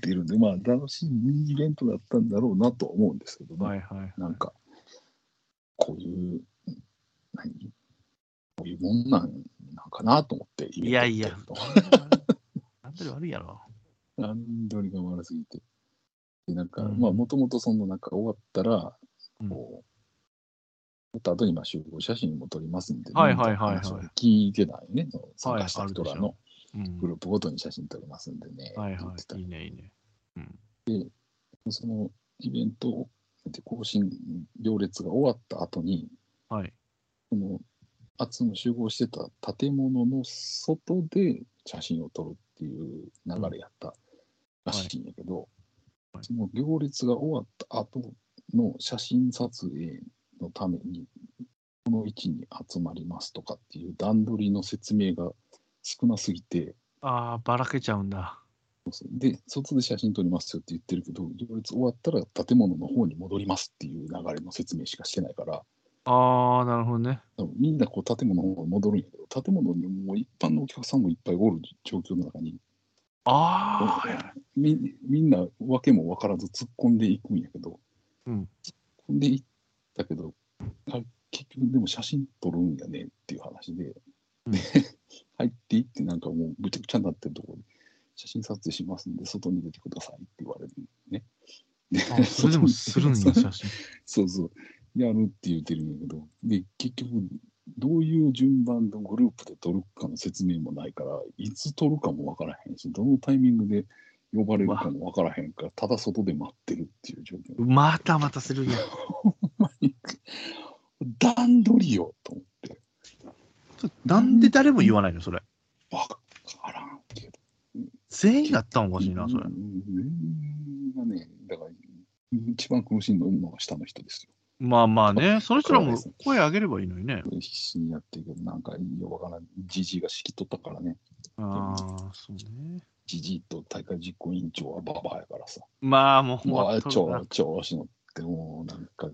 [SPEAKER 1] 出るんで、まあ楽しいイベントだったんだろうなとは思うんですけどね、
[SPEAKER 2] はいはい。
[SPEAKER 1] なんか、こういう、何こういうもんなんなんかなと思って、イベント
[SPEAKER 2] いやいや
[SPEAKER 1] やってる と。
[SPEAKER 2] なんと悪いやろ。
[SPEAKER 1] 段取りが悪すぎて。で、なんか、
[SPEAKER 2] うん
[SPEAKER 1] まあ、もともとその、なんか終わったら、
[SPEAKER 2] うん
[SPEAKER 1] こう、終わった後に、まあ、集合写真も撮りますんで、
[SPEAKER 2] はいはいはいはい
[SPEAKER 1] みたな話を聞いてないね、その参加した人
[SPEAKER 2] あ
[SPEAKER 1] ら
[SPEAKER 2] るでし
[SPEAKER 1] の
[SPEAKER 2] うん
[SPEAKER 1] グループごとに写真撮りますんでね、
[SPEAKER 2] はい
[SPEAKER 1] って言
[SPEAKER 2] は
[SPEAKER 1] ってた
[SPEAKER 2] い。いいね、いいね。うん。
[SPEAKER 1] そのイベントで更新、行列が終わった後に、
[SPEAKER 2] はい。
[SPEAKER 1] その、あつの集合してた建物の外で写真を撮るっていう流れやったらしいんやけど、
[SPEAKER 2] はい
[SPEAKER 1] その行列が終わった後の写真撮影のために、この位置に集まりますとかっていう段取りの説明が少なすぎて、
[SPEAKER 2] ああ、ばらけちゃうんだ。
[SPEAKER 1] で、外で写真撮りますよって言ってるけど、行列終わったら建物の方に戻りますっていう流れの説明しかしてないから、
[SPEAKER 2] ああ、なるほどね。
[SPEAKER 1] 多分みんなこう建物の方に戻るんやけど、建物にもう一般のお客さんもいっぱいおる状況の中に、
[SPEAKER 2] ああ、
[SPEAKER 1] みみんな訳も分からず突っ込んでいくんやけど、
[SPEAKER 2] うん
[SPEAKER 1] 突っ込んでいったけど、あ結局でも写真撮るんやねっていう話で、
[SPEAKER 2] うん
[SPEAKER 1] で 入っていってなんかもうぐちゃぐちゃになってるところで、写真撮影しますんで、外に出てくださいって言われるね。
[SPEAKER 2] あそれでもするん や、写真。
[SPEAKER 1] そうそう。やるって言ってるんやけど、で、結局、どういう順番のグループで撮るかの説明もないから、いつ撮るかもわからへんし、どのタイミングで呼ばれるかもわからへんから、ただ外で待ってるっていう状況。
[SPEAKER 2] またまたするんや。
[SPEAKER 1] 段取りよと思って。
[SPEAKER 2] なんで誰も言わないの、それ。
[SPEAKER 1] わからんけど。
[SPEAKER 2] 全員やったんおかしいな、それ
[SPEAKER 1] う。んがね、だから、一番苦しんでるのが下の人ですよ。
[SPEAKER 2] まあまあね、その人らも声上げればいいのにね。
[SPEAKER 1] 必死にやってるけど、なんか、よくわからん、じじいが仕切っとったからね。
[SPEAKER 2] ああ、そうね。
[SPEAKER 1] じじいと大会実行委員長はババアやからさ、
[SPEAKER 2] まあもう終
[SPEAKER 1] も
[SPEAKER 2] わ
[SPEAKER 1] う
[SPEAKER 2] っとるな
[SPEAKER 1] 調、調子乗って、もうなんか、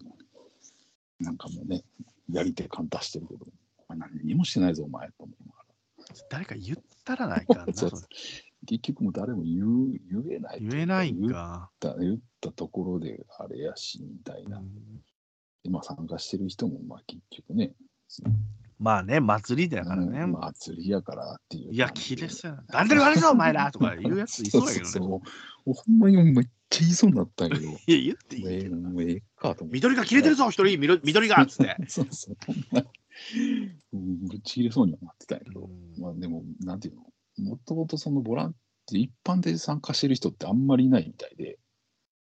[SPEAKER 1] なんかもうね、やり手感出してるけど、お前何にもしてないぞ、お前と思いながら。
[SPEAKER 2] 誰か言ったらないかんな。
[SPEAKER 1] そう
[SPEAKER 2] それ
[SPEAKER 1] 結局もう誰も言う言えないとう
[SPEAKER 2] 言えないん
[SPEAKER 1] 言っ
[SPEAKER 2] か。
[SPEAKER 1] た言ったところであれやしみたいな、
[SPEAKER 2] うん
[SPEAKER 1] でまあ参加してる人もまあ結局ね
[SPEAKER 2] まあね、祭りだからね。
[SPEAKER 1] うん祭りやからっていう。
[SPEAKER 2] いや、切れそうやな。誰でも悪いぞ、お 前らとか言うやついそうやけどね。
[SPEAKER 1] そうそうそうほんまにめっちゃ言いそうになったんやけど。
[SPEAKER 2] いや、言っていい
[SPEAKER 1] もうええ
[SPEAKER 2] けどな
[SPEAKER 1] もうええかと思って。
[SPEAKER 2] 緑が切れてるぞ、一人、緑緑がっつって。
[SPEAKER 1] そうそう。ほんまにうんぶっちぎれそうにはなってたんやけど。
[SPEAKER 2] うん
[SPEAKER 1] まあでも、なんていうの、もともとそのボランティア、一般で参加してる人ってあんまりいないみたいで、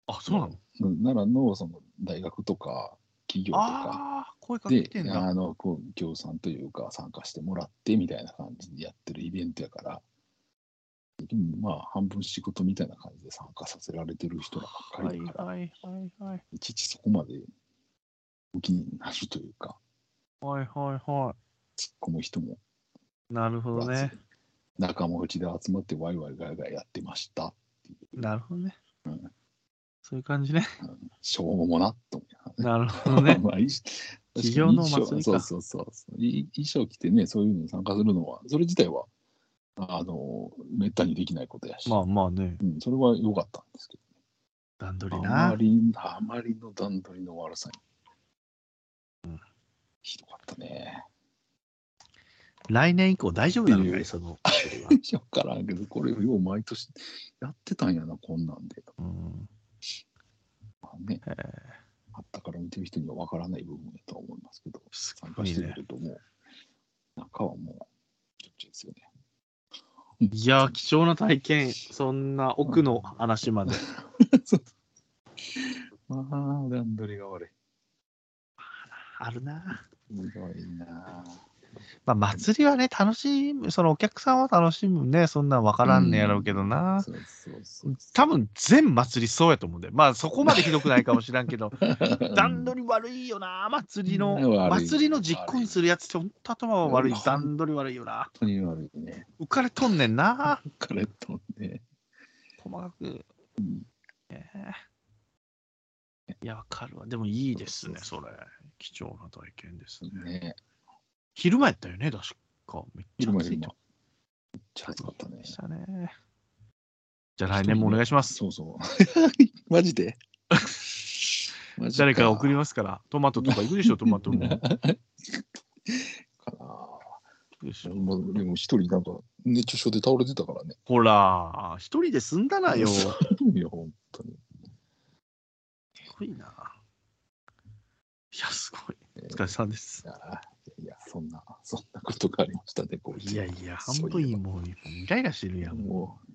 [SPEAKER 2] あ、そうなの
[SPEAKER 1] うん奈良のその大学とか企業とか
[SPEAKER 2] ああ、声かけ
[SPEAKER 1] で
[SPEAKER 2] てん、だ。
[SPEAKER 1] あの、こう、協賛というか、参加してもらってみたいな感じでやってるイベントやから、でもまあ、半分仕事みたいな感じで参加させられてる人らばっか
[SPEAKER 2] はい
[SPEAKER 1] りだから、
[SPEAKER 2] はいはいはい。
[SPEAKER 1] いちいちそこまで武器になるというか、
[SPEAKER 2] はいはいは
[SPEAKER 1] 突っ込む人も
[SPEAKER 2] い。なるほどね。
[SPEAKER 1] 仲間内で集まってワイワイガヤガヤやってましたっていう。
[SPEAKER 2] なるほどね。そういう感じね。
[SPEAKER 1] しょうもなと思いながら
[SPEAKER 2] なるほどね。
[SPEAKER 1] まあ、いし
[SPEAKER 2] 企業の祭りか
[SPEAKER 1] 確に衣装そうそうそうい衣装着てね、そういうのに参加するのは、それ自体は、あの、めったにできないことやし、
[SPEAKER 2] まあまあね。
[SPEAKER 1] うん、それは良かったんですけ
[SPEAKER 2] 段取
[SPEAKER 1] ど、
[SPEAKER 2] り
[SPEAKER 1] あ
[SPEAKER 2] な
[SPEAKER 1] ま。り、あまりの段取りの悪さに、ひどかったね。
[SPEAKER 2] 来年以降大丈夫なのか
[SPEAKER 1] ってい
[SPEAKER 2] いうその。
[SPEAKER 1] よくわからんけど、これ、よう毎年やってたんやな、こんなんで。
[SPEAKER 2] うん
[SPEAKER 1] まあね、
[SPEAKER 2] へえ
[SPEAKER 1] あったから見てる人にはわからない部分だとは思いますけど、
[SPEAKER 2] す
[SPEAKER 1] 参
[SPEAKER 2] ご
[SPEAKER 1] 加
[SPEAKER 2] い
[SPEAKER 1] してみ
[SPEAKER 2] ね。
[SPEAKER 1] るともう、中はもう、ちょっちょですよね。
[SPEAKER 2] いやー、貴重な体験。そんな奥の話まで。
[SPEAKER 1] まあ、段取りが悪い。
[SPEAKER 2] あるな。
[SPEAKER 1] すごいなぁ。
[SPEAKER 2] まあ、祭りはね、楽しむ、そのお客さんは楽しむね、そんなん分からんねやろうけどな。
[SPEAKER 1] そうそうそう。
[SPEAKER 2] 多分全祭りそうやと思うんで、まあそこまでひどくないかもしらん けど、段取り悪いよな、祭りの
[SPEAKER 1] うん悪、い
[SPEAKER 2] 祭りの実行にするやつって、ほんと頭は悪い
[SPEAKER 1] うん、
[SPEAKER 2] 段取り悪いよな。
[SPEAKER 1] 本当に悪いね。
[SPEAKER 2] 浮かれとんねんな、
[SPEAKER 1] カレットね。
[SPEAKER 2] 細かく。
[SPEAKER 1] うん
[SPEAKER 2] ねえいや、わかるわ。でもいいですね、それ。貴重な体験ですね。
[SPEAKER 1] ね
[SPEAKER 2] 昼間やったよね、確か。めっちゃ
[SPEAKER 1] 昼間
[SPEAKER 2] 暑
[SPEAKER 1] 昼
[SPEAKER 2] い
[SPEAKER 1] 間。め
[SPEAKER 2] と
[SPEAKER 1] っ
[SPEAKER 2] こ
[SPEAKER 1] ちゃ暑かったね
[SPEAKER 2] で。したね。じゃあ来年もお願いします。
[SPEAKER 1] そうそう。 マジでマジ
[SPEAKER 2] 誰か送りますから、トマトとか行くでしょ、トマトも。行
[SPEAKER 1] かな
[SPEAKER 2] くでしょ
[SPEAKER 1] まあでも一人なんか熱中症で倒れてたからね。
[SPEAKER 2] ほら、一人で済んだなよ。す
[SPEAKER 1] いや、本当に。
[SPEAKER 2] ごいな。いや、すごい。お疲れさんです
[SPEAKER 1] い。や、いやそんな、そんなことがありましたね、こう
[SPEAKER 2] いやいや、
[SPEAKER 1] そう
[SPEAKER 2] 半分
[SPEAKER 1] いえば
[SPEAKER 2] もう、イライラしてるやん。もう
[SPEAKER 1] もう、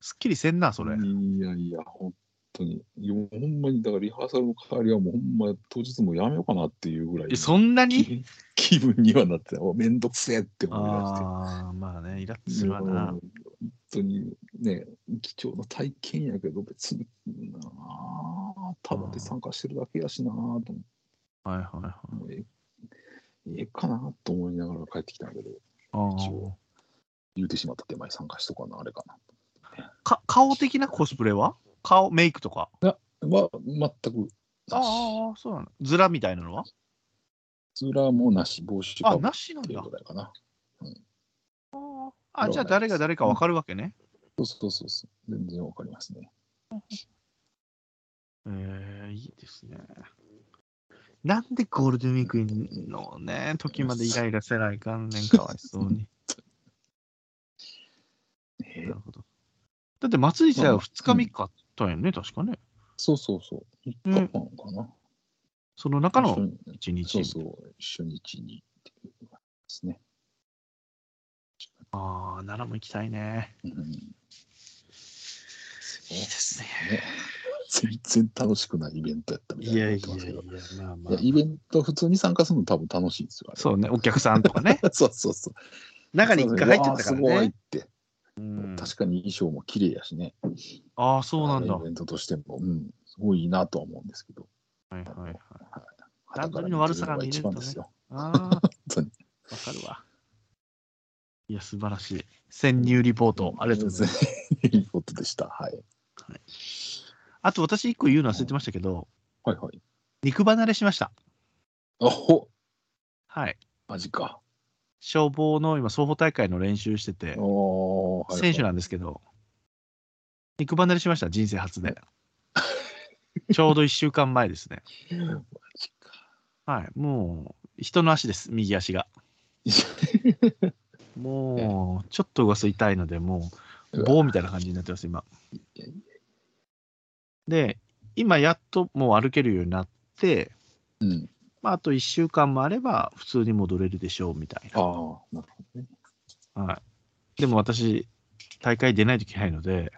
[SPEAKER 2] すっきりせんな、それ。
[SPEAKER 1] いやいや、本当に。いやほんまに、だからリハーサルの代わりはもうほんま当日もやめようかなっていうぐらい。
[SPEAKER 2] えそんなに
[SPEAKER 1] 気気分にはなってた。おめんどくせえって思い出して。
[SPEAKER 2] ああ、まあね、イラッとするわ
[SPEAKER 1] うん
[SPEAKER 2] な
[SPEAKER 1] 本。当にね、貴重な体験やけど、別になあ、ただで参加してるだけやしなあと思って、
[SPEAKER 2] はいはいはい。
[SPEAKER 1] もうえええかなと思いながら帰ってきたんやけど、一応
[SPEAKER 2] あ
[SPEAKER 1] 言うてしまった手前参加しとかな、あれかな。
[SPEAKER 2] あか顔的なコスプレは顔、メイクとか。
[SPEAKER 1] は、全くなし。
[SPEAKER 2] ああ、そうなの。ズラみたいなのは
[SPEAKER 1] ズラもなし、帽子
[SPEAKER 2] あ、
[SPEAKER 1] かぶっ
[SPEAKER 2] なしなん
[SPEAKER 1] てる
[SPEAKER 2] だ
[SPEAKER 1] ぐ。らいかな。
[SPEAKER 2] あ、じゃあ誰が誰かわかるわけね。
[SPEAKER 1] そうそうそうそう、全然わかりますね。
[SPEAKER 2] えー、いいですね。なんでゴールデンウィークのね、時までイライラせないかんねん、かわいそうに。
[SPEAKER 1] え
[SPEAKER 2] なるほど。だって祭り自体は2日3日あったよね、確かね。
[SPEAKER 1] そうそうそう、3日間かな。
[SPEAKER 2] その中
[SPEAKER 1] 一緒
[SPEAKER 2] の
[SPEAKER 1] に
[SPEAKER 2] 1日。
[SPEAKER 1] そうそう、初日にっていうのがですね。
[SPEAKER 2] ああ、奈良も行きたいね。
[SPEAKER 1] うん
[SPEAKER 2] いいですね。
[SPEAKER 1] 全然楽しくないイベントやったみたい
[SPEAKER 2] い
[SPEAKER 1] な
[SPEAKER 2] や
[SPEAKER 1] 言っ
[SPEAKER 2] い
[SPEAKER 1] て
[SPEAKER 2] や
[SPEAKER 1] ま
[SPEAKER 2] い
[SPEAKER 1] すけど。
[SPEAKER 2] や、まあま
[SPEAKER 1] いやイ
[SPEAKER 2] あ。
[SPEAKER 1] ベント普通に参加するの多分楽しいんですよ。あれ
[SPEAKER 2] そうね、お客さんとかね。
[SPEAKER 1] そうそうそう。
[SPEAKER 2] 中に1回入っちゃったから
[SPEAKER 1] そうそうわあすごいっ
[SPEAKER 2] ね。
[SPEAKER 1] て。
[SPEAKER 2] うん
[SPEAKER 1] 確かに衣装も綺麗やしね。
[SPEAKER 2] ああ、そうなんだ。
[SPEAKER 1] あのイ
[SPEAKER 2] は
[SPEAKER 1] ベントとしても、うん、すごいいいなとは思うんですけど。
[SPEAKER 2] いはいはい。
[SPEAKER 1] 肌か
[SPEAKER 2] 段取
[SPEAKER 1] ら
[SPEAKER 2] りの悪さが見れるとね
[SPEAKER 1] 一番ですよ。
[SPEAKER 2] ああ。
[SPEAKER 1] 本
[SPEAKER 2] わかるわ。いや、素晴らしい。潜入リポー
[SPEAKER 1] 当
[SPEAKER 2] ト
[SPEAKER 1] に。、
[SPEAKER 2] ありがとうございます。
[SPEAKER 1] す。 いいことでした。はい。
[SPEAKER 2] あと、私、一個言うの忘れてましたけど、
[SPEAKER 1] はいはい。
[SPEAKER 2] 肉離れしました。
[SPEAKER 1] あほ
[SPEAKER 2] はい。
[SPEAKER 1] マジか。
[SPEAKER 2] 消防の今、双方大会の練習してて、
[SPEAKER 1] おー、はいはい
[SPEAKER 2] 選手なんですけど、肉離れしました、人生初で。 ちょうど1週間前ですね。
[SPEAKER 1] マジか。
[SPEAKER 2] はい。もう、人の足です、右足が。もう、ちょっと噂痛いので、も
[SPEAKER 1] う
[SPEAKER 2] う、
[SPEAKER 1] わ
[SPEAKER 2] 棒みたいな感じになってます、今。で、今、やっともう歩けるようになって、
[SPEAKER 1] うん。
[SPEAKER 2] まあ、あと1週間もあれば、普通に戻れるでしょう、みたい
[SPEAKER 1] ああ、なるほどね。
[SPEAKER 2] な。はい。でも私、大会出ないといけないの で、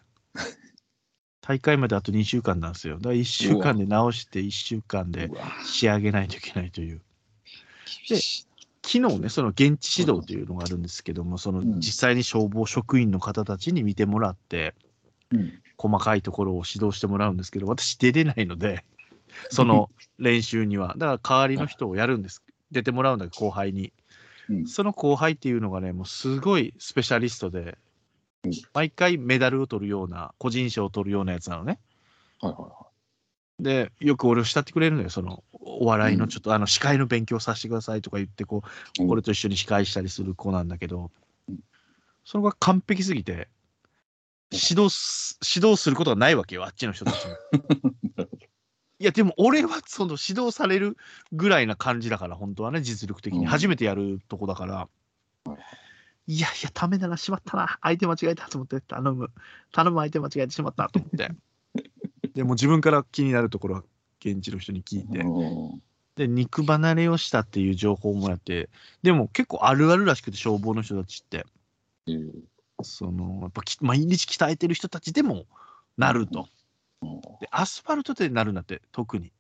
[SPEAKER 2] 大会まであと2週間なんですよ。だから1週間で直して、1週間で
[SPEAKER 1] うわ
[SPEAKER 2] 仕上げないといけないという。
[SPEAKER 1] 厳し
[SPEAKER 2] 昨日ね、その現地指導というのがあるんですけども、その
[SPEAKER 1] うん
[SPEAKER 2] 実際に消防職員の方たちに見てもらって、
[SPEAKER 1] い。うん。
[SPEAKER 2] 細かいところを指導してもらうんですけど、私出れない ので、その練習には。だから代わりの人をやるんです。出てもらうんだけど、後輩に。
[SPEAKER 1] うん
[SPEAKER 2] その後輩っていうのがね、もうすごいスペシャリストで
[SPEAKER 1] うん、
[SPEAKER 2] 毎回メダルを取るような、個人賞を取るようなやつなのね。
[SPEAKER 1] はいは
[SPEAKER 2] で、よく俺を慕ってくれるのよ、そのお笑いのちょっと、あの司会の勉強させてくださいとか言って、こう、
[SPEAKER 1] いはい。
[SPEAKER 2] 俺と一緒に司会したりする子なんだけど
[SPEAKER 1] うん、
[SPEAKER 2] それが完璧すぎて、指導す指導することがないわけよ、あっちの人 たちに。いや、でも俺はその指導されるぐらいな感じだから、本当はね、実力的
[SPEAKER 1] うん
[SPEAKER 2] に。初めてやるとこだから。いやいや、ダメだな、しまったな、相手間違えたと思って、頼む、頼む相手間違えてしまったと思って。 でもう自分から気になるところは、現地の人に聞いて。
[SPEAKER 1] うん
[SPEAKER 2] で肉離れをしたっていう情報もあってでも結構あるあるらしくて消防の人たちって
[SPEAKER 1] えー
[SPEAKER 2] そのやっぱき毎日鍛えてる人たちでもなると
[SPEAKER 1] うん
[SPEAKER 2] でアスファルトでなるんだって特に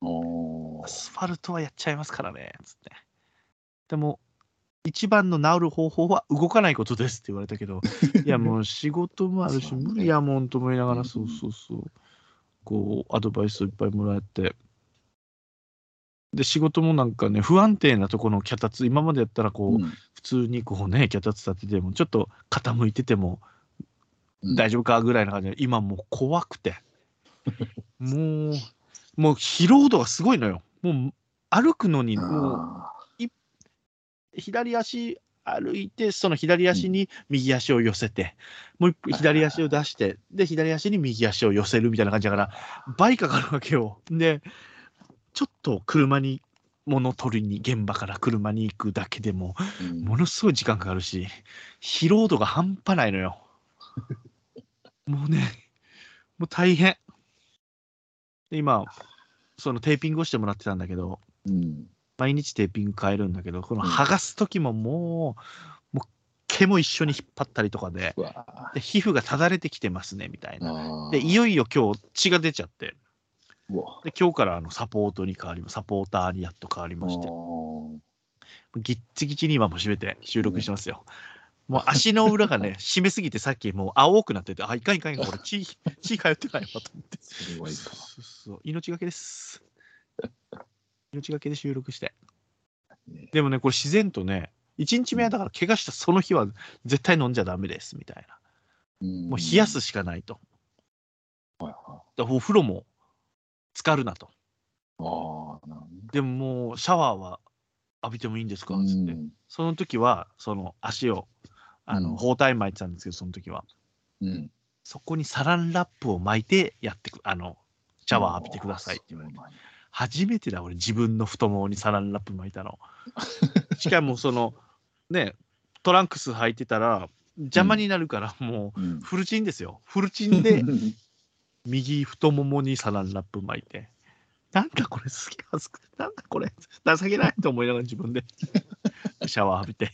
[SPEAKER 1] あー
[SPEAKER 2] アスファルトはやっちゃいますからねつってでも一番の治る方法は動かないことですって言われたけ どいやもう仕事もあるし
[SPEAKER 1] そうね
[SPEAKER 2] 無理やもんと思いなが
[SPEAKER 1] う
[SPEAKER 2] ら
[SPEAKER 1] ん
[SPEAKER 2] そうそうそうこうアドバイスをいっぱいもらってで仕事もなんかね不安定なところの脚立今までやったらこう、
[SPEAKER 1] うん
[SPEAKER 2] 普通にこうね脚立立ててもちょっと傾いてても
[SPEAKER 1] うん
[SPEAKER 2] 大丈夫かぐらいな感じで今もう怖くて もうもう疲労度がすごいのよもう歩くのにもう
[SPEAKER 1] あ
[SPEAKER 2] 左足歩いてその左足に右足を寄せて、もう一歩左足を出してで左足に右足を寄せるみたいな感じだから倍かかるわけよでちょっと車に物取りに現場から車に行くだけでも
[SPEAKER 1] ーうん
[SPEAKER 2] ものすごい時間かかるし、疲労度が半端ないのよ。もうね、もう大変。で今、そのテーピングをしてもらってたんだけど、
[SPEAKER 1] うん
[SPEAKER 2] 毎日テーピング変えるんだけど、この
[SPEAKER 1] うん
[SPEAKER 2] 剥がす時ももう、もう毛も一緒に引っ張ったりとかで、
[SPEAKER 1] うわあ
[SPEAKER 2] で皮膚がただれてきてますね、みたいな。
[SPEAKER 1] ー
[SPEAKER 2] で、いよいよ今日血が出ちゃって、
[SPEAKER 1] うわ
[SPEAKER 2] で今日からあのサポートに変わり、サポーターにやっと変わり
[SPEAKER 1] あ
[SPEAKER 2] まして。
[SPEAKER 1] ー
[SPEAKER 2] ギッチギチに今もう締めて収録してますよ。もう足の裏がね、 締めすぎてさっきもう青くなってて、あ、いかんいかんいかん、これ血、 血通ってないわと思って。
[SPEAKER 1] それはいいか
[SPEAKER 2] そうそう命が けです。命がけで収録して。でもね、これ自然とね、1日目はだから怪我したその日は絶対飲んじゃダメですみたいな。
[SPEAKER 1] も
[SPEAKER 2] もう冷やすしかないと。
[SPEAKER 1] はいはい
[SPEAKER 2] だからお風呂も浸かるなと。
[SPEAKER 1] ああなる
[SPEAKER 2] でももうシャワーは浴びてもいいんですか
[SPEAKER 1] ほ
[SPEAKER 2] つ
[SPEAKER 1] ど
[SPEAKER 2] って
[SPEAKER 1] う。ん
[SPEAKER 2] その時は、その足を、あ
[SPEAKER 1] う
[SPEAKER 2] の、
[SPEAKER 1] ん
[SPEAKER 2] 包帯巻いてたんですけど、その時は。
[SPEAKER 1] うん
[SPEAKER 2] そこにサランラップを巻いてやってく、あの、シャワー浴びてくださいって言われて。
[SPEAKER 1] あーそ
[SPEAKER 2] 初めてだ、俺、自分の太ももにサランラップ巻いたの。しかも、その、ね、トランクス履いてたら、邪魔になるから、も
[SPEAKER 1] うなん
[SPEAKER 2] う、
[SPEAKER 1] や
[SPEAKER 2] フルチンですよ。フルチンで
[SPEAKER 1] う、ん
[SPEAKER 2] 右太ももにサランラップ巻いて。なんかこれ好き恥ずかなんかこれ情けないと思いながら自分でシャワー浴びて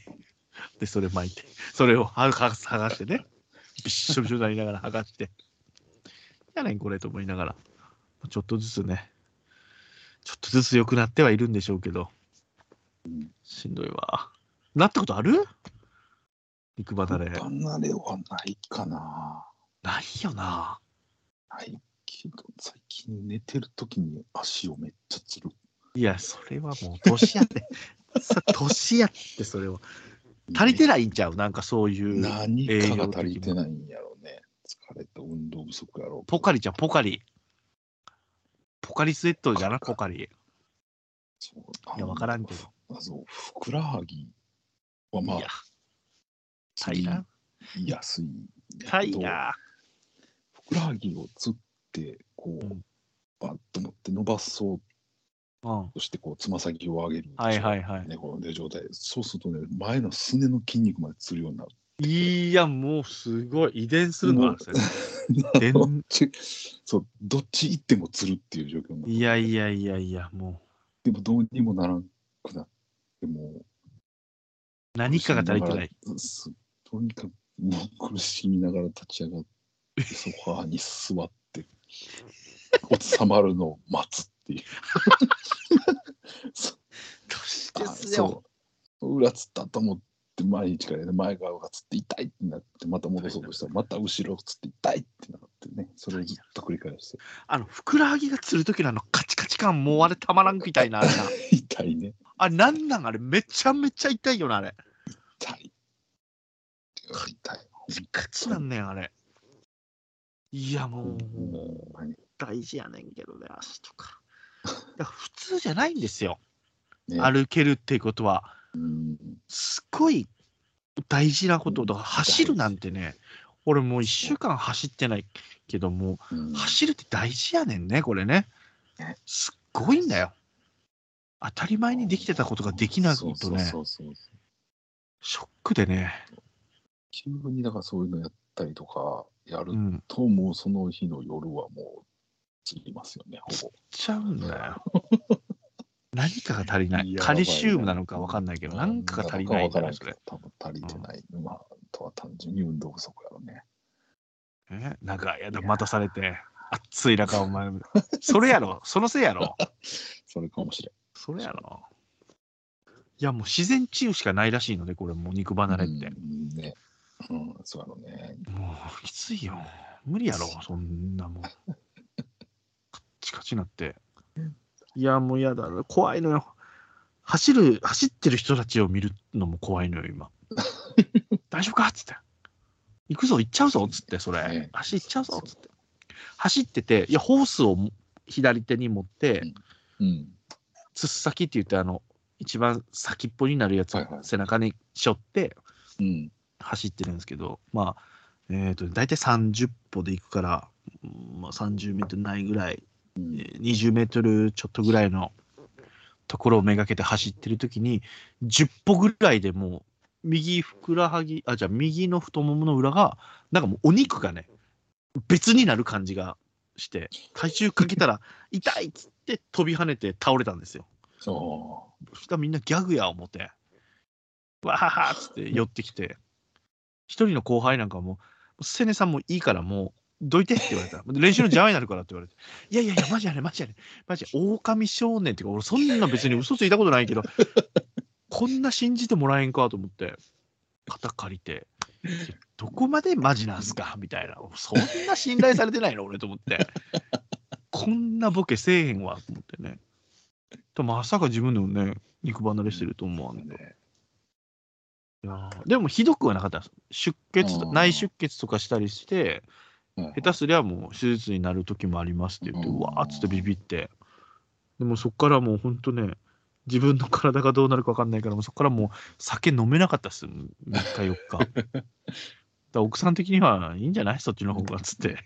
[SPEAKER 2] でそれ巻いてそれをはは剥がしてねびっしょびしょになりながら剥がしてやねんこれと思いながらちょっとずつねちょっとずつ良くなってはいるんでしょうけどしんどいわなったことある肉離れ
[SPEAKER 1] 離れはないかな
[SPEAKER 2] ないよな
[SPEAKER 1] ないけど最近寝てる時に足をめっちゃつる
[SPEAKER 2] いや、それはもう年や って。さ年やって、それは。足りてないんちゃうなんかそういう。
[SPEAKER 1] 何かが足りてないんやろうね疲れた運動不足やろう
[SPEAKER 2] ポカリじゃん、ポカリ。ポカリスエットじゃな、ポカリ。
[SPEAKER 1] そう
[SPEAKER 2] いや、わからんけど。
[SPEAKER 1] あそうふくらはぎはまあ
[SPEAKER 2] いや、たいな。
[SPEAKER 1] 切り安いんやけど
[SPEAKER 2] たいな。
[SPEAKER 1] ふくらはぎをつってこう、
[SPEAKER 2] うん
[SPEAKER 1] バッと持って伸ばそう
[SPEAKER 2] うん。
[SPEAKER 1] そしてこうつま先を上げる、
[SPEAKER 2] はいはいはい。
[SPEAKER 1] ね、こうで状態そうするとね前のすねの筋肉までつるようになる
[SPEAKER 2] いや、もうすごい。遺伝するのなんですよね。で
[SPEAKER 1] どっ ちそうどっち行ってもつるっていう状況になる
[SPEAKER 2] いやいやいやいや、も
[SPEAKER 1] でもどうにもならんくなってもう
[SPEAKER 2] う何かが足りてない。
[SPEAKER 1] すとにかくもう苦しみながら立ち上がってソファーに座って収まるのを待つっていうそ
[SPEAKER 2] どうし
[SPEAKER 1] あそう裏つったと思って前に力で前側がつって痛いってなってまた戻そうとしたらまた後ろつって痛いってなってねそれをずっと繰り返して
[SPEAKER 2] あの、ふくらはぎがつるときのあのカチカチ感、もうあれたまらんみたいな。あれな
[SPEAKER 1] 痛いね
[SPEAKER 2] あれ、なんなんあれ、めちゃめちゃ痛いよな、あれ。
[SPEAKER 1] 痛い痛い
[SPEAKER 2] カチなんねん、あれ。いや、もう。
[SPEAKER 1] もう
[SPEAKER 2] 大事やねんけどね、足とか。だから普通じゃないんですよ、
[SPEAKER 1] ね
[SPEAKER 2] 歩けるっていうことは。
[SPEAKER 1] うん
[SPEAKER 2] すごい大事なこと
[SPEAKER 1] うん
[SPEAKER 2] だから走るなんてね、俺もう1週間走ってないけども、
[SPEAKER 1] うん
[SPEAKER 2] 走るって大事やねんね、これね
[SPEAKER 1] ね。
[SPEAKER 2] すっごいんだよ。当たり前にできてたことができないとね、
[SPEAKER 1] そうそうそうそう
[SPEAKER 2] ショックでね、
[SPEAKER 1] 急にだからそういうのやったりとかやる
[SPEAKER 2] うん、
[SPEAKER 1] と、もうその日の夜はもう過ぎますよねほ
[SPEAKER 2] ちゃうん だよ。何かが足りない
[SPEAKER 1] いや
[SPEAKER 2] カリシウムなのか分かんないけど、
[SPEAKER 1] ぼ
[SPEAKER 2] 何かが足りないん
[SPEAKER 1] か
[SPEAKER 2] だ
[SPEAKER 1] ら
[SPEAKER 2] よ、
[SPEAKER 1] ん
[SPEAKER 2] そ
[SPEAKER 1] けど
[SPEAKER 2] れ。
[SPEAKER 1] 多分足りてない、まああとは単純に運動不足やろうね
[SPEAKER 2] えなんか、やだ、待たされて、暑い中、お前、それ やろ、そのせいやろ。
[SPEAKER 1] それかもしれん
[SPEAKER 2] それやろ。いや、もう自然治癒しかないらしいので、これ、もう肉離れって。
[SPEAKER 1] うん、ねうんそうやろうね
[SPEAKER 2] もう、きついよ。無理やろ、そんなもん。カッチカチなって。いや、もう嫌だ。怖いのよ。走る、走ってる人たちを見るのも怖いのよ、今。大丈夫かっつって。行くぞ、行っちゃうぞ、つって、それ
[SPEAKER 1] ね。
[SPEAKER 2] 足行っちゃうぞ、つって。走ってて、いや、ホースを左手に持って、
[SPEAKER 1] うん
[SPEAKER 2] つっ先って言ってあの一番先っぽになるやつを
[SPEAKER 1] はいはい
[SPEAKER 2] 背中に背負って
[SPEAKER 1] うん
[SPEAKER 2] 走ってるんですけど、まあえー、と大体30歩で行くから、うんまあ、30メートルないぐらい、
[SPEAKER 1] うん
[SPEAKER 2] えー20メートルちょっとぐらいのところをめがけて走ってる時に10歩ぐらいでもう右ふくらはぎあじゃあ右の太ももの裏がなんかもうお肉がね別になる感じが して体重かけたら痛いっつって飛び跳ねて倒れたんですよ。
[SPEAKER 1] そ
[SPEAKER 2] そしたらみんなギャグや思て、わははっつって寄ってきて、一人の後輩なんかもう、セネさんもういいからもう、どいてって言われた。練習の邪魔になるからって言われて、いやいやいや、マジやね、マジやね、マジや、狼少年っていうか、俺そんな別に嘘ついたことないけど、こんな信じてもらえんかと思って、肩借りて、いやどこまでマジなんすかみたいな、そんな信頼されてないの、俺と思って。こんなボケせえへんわ、と思ってね。でもまさか自分でもね、肉離れしてると思わ
[SPEAKER 1] うん
[SPEAKER 2] けど。
[SPEAKER 1] ね
[SPEAKER 2] いやーでもひどくはなかったんです出血と
[SPEAKER 1] あー
[SPEAKER 2] 内出血とかしたりして
[SPEAKER 1] 下
[SPEAKER 2] 下手すりゃもう手術になる時もありますって言って
[SPEAKER 1] うん
[SPEAKER 2] うわーっつってビビってでもそっからもうほんとね自分の体がどうなるか分かんないからもうそっからもう酒飲めなかったっす3日4日だから奥さん的にはいいんじゃないそっちの方がっつって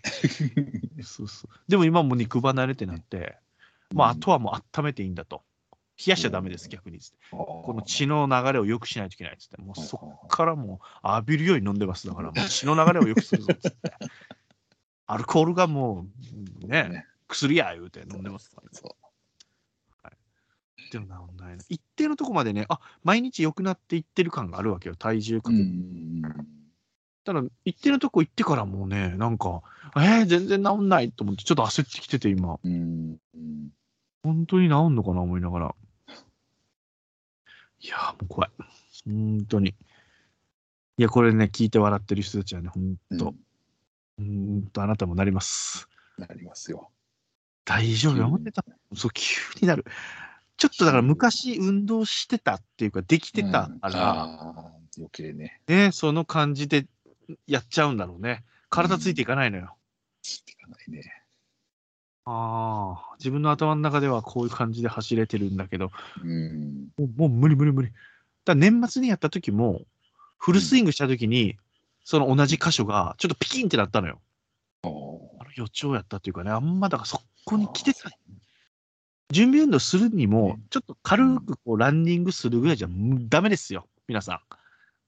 [SPEAKER 2] そうそうでも今もう肉離れってなってまああとはもう温めていいんだと冷やしちゃダメです逆にっつってこ
[SPEAKER 1] こ
[SPEAKER 2] の血の流れを良くしないといけないっつってもうそっ
[SPEAKER 1] っ
[SPEAKER 2] からもう浴びるように飲んでますだからもう血の流れを良くするぞっつってアルコールがもうね薬や言うて飲んでますからね
[SPEAKER 1] そ
[SPEAKER 2] でもなんないな一定のとこまでねあ毎日良くなっていってる感があるわけよ体重か
[SPEAKER 1] うう
[SPEAKER 2] けて、
[SPEAKER 1] ん
[SPEAKER 2] ただ一定のとこ行ってからもうねなんかえー、全然治んないと思ってちょっと焦ってきてて今
[SPEAKER 1] うんうん
[SPEAKER 2] 本当に治んのかな思いながらいやーもう怖い本当にいやこれね聞いて笑ってる人たちはね本当、
[SPEAKER 1] うん
[SPEAKER 2] うーんとあなたもなります。
[SPEAKER 1] なりますよ
[SPEAKER 2] 大丈夫
[SPEAKER 1] 急に
[SPEAKER 2] やめてた。そう、急になる。ちょっとだから昔運動してたっていうか、できてた
[SPEAKER 1] うん
[SPEAKER 2] から、
[SPEAKER 1] あー余計ね
[SPEAKER 2] ね、その感じでやっちゃうんだろうね。体ついていかないのよ。
[SPEAKER 1] ついていかないね
[SPEAKER 2] ああ、自分の頭の中ではこういう感じで走れてるんだけど、
[SPEAKER 1] うん
[SPEAKER 2] もうもう無理無理無理。だから年末にやった時も、フルスイングした時に、その同じ箇所がちょっとピキンってなったのよ。
[SPEAKER 1] あー
[SPEAKER 2] あの予兆やったというかね、あんまだからそこに来てた準備運動するにも
[SPEAKER 1] ね、
[SPEAKER 2] ちょっと軽くこうランニングするぐらいじゃむダメですよ、皆さ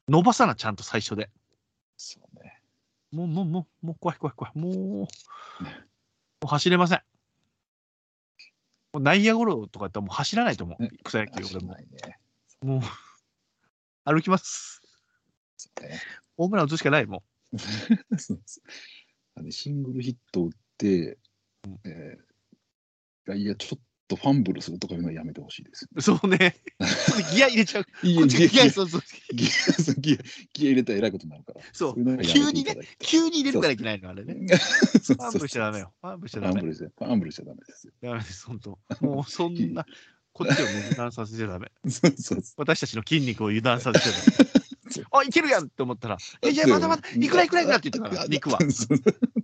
[SPEAKER 2] ん。伸ばさな、ちゃんと最初で。
[SPEAKER 1] そうね。
[SPEAKER 2] もう、もう、もう、もう怖い、怖い、怖い。もう、もう走れません。もう内野ゴロとかやったらもう走らないと思う
[SPEAKER 1] ね、
[SPEAKER 2] 草野球、俺
[SPEAKER 1] 走ら
[SPEAKER 2] も。
[SPEAKER 1] ないね。
[SPEAKER 2] もう、歩きます。
[SPEAKER 1] そうね。
[SPEAKER 2] ホームラン打つしかない、も
[SPEAKER 1] そうそうあのシングルヒット打って、えー、いや、ちょっとファンブルするとかいうのはやめてほしいです。
[SPEAKER 2] う。そ うね。ギア入れちゃう。
[SPEAKER 1] い
[SPEAKER 2] こっちがギア
[SPEAKER 1] ギア
[SPEAKER 2] そうそう
[SPEAKER 1] ギアギアギア入れたらえらいことになるから。
[SPEAKER 2] そう
[SPEAKER 1] いのはやめていただいて
[SPEAKER 2] 急に入れるからいけないの、あれね。
[SPEAKER 1] そう
[SPEAKER 2] フ
[SPEAKER 1] そう
[SPEAKER 2] ァンブ
[SPEAKER 1] そう
[SPEAKER 2] ルしちゃダメよ。ファンブルしち
[SPEAKER 1] フ
[SPEAKER 2] ゃ
[SPEAKER 1] ァ
[SPEAKER 2] ダ
[SPEAKER 1] ン
[SPEAKER 2] メ
[SPEAKER 1] ブ。ルしちゃファンブルしちゃダメですよ。
[SPEAKER 2] ダメです、本当。もうそんな、こっちをね油断させちゃダメ。
[SPEAKER 1] そうそうそ
[SPEAKER 2] 私たちの筋肉を油断させちゃ ダメ。あ、いけるやんって思ったら、
[SPEAKER 1] う。
[SPEAKER 2] いやいや、まだまだ、いくらいくらいくらって言 ってから、肉は
[SPEAKER 1] そ。う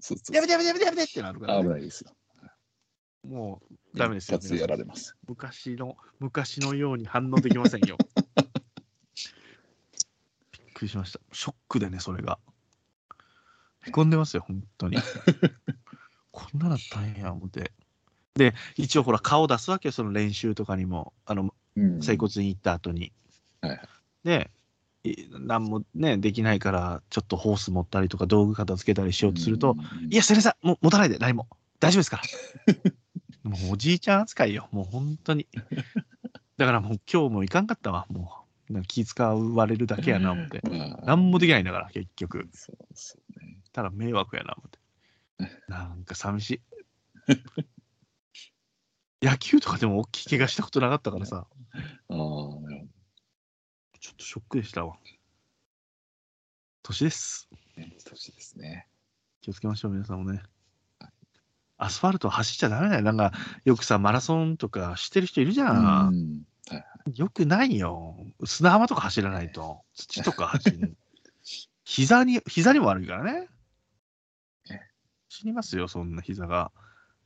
[SPEAKER 1] そうそう
[SPEAKER 2] やめてやめてやめてやめてってなるから、
[SPEAKER 1] 危
[SPEAKER 2] ね、
[SPEAKER 1] ないですよ。
[SPEAKER 2] もうダメですよ、
[SPEAKER 1] 一発でやられます。
[SPEAKER 2] 昔の、昔のように反応できませんよ。 びっくりしました。ショックでね、それが。へこんでますよ、本当 に。こんなだったんや、思って。で、一応ほら、顔出すわけよ、その練習とかにも。あの、
[SPEAKER 1] うん
[SPEAKER 2] 整骨院行った後に。
[SPEAKER 1] はいはい
[SPEAKER 2] で、い何もね、できないから、ちょっとホース持ったりとか、道具片付けたりしようとすると、、
[SPEAKER 1] うん
[SPEAKER 2] いや、セレさん、もう持たないで、何も。大丈夫です から。もうおじいちゃん扱いよ、もう本当に。だからもう今日も行かんかったわ、もう。なんか気使われるだけやな、思って。
[SPEAKER 1] まあ、
[SPEAKER 2] 何もできないんだから、結局。
[SPEAKER 1] そうそうね。
[SPEAKER 2] ただ迷惑やな、思って。なんか寂 しい。野球とかでも大きい怪我したことなかったからさ、
[SPEAKER 1] ああ、なるほど。
[SPEAKER 2] ちょっとショックでしたわ。年です。
[SPEAKER 1] ね、年ですね。
[SPEAKER 2] 気をつけましょう、皆さんもね
[SPEAKER 1] はい。
[SPEAKER 2] アスファルト走っちゃダメだよ。なんか、よくさ、マラソンとかしてる人いるじゃ。
[SPEAKER 1] うんんはい
[SPEAKER 2] よくないよ。砂浜とか走らないと。土とか走る。膝に、膝にも悪いからね
[SPEAKER 1] ね。
[SPEAKER 2] 死にますよ、そんな膝が。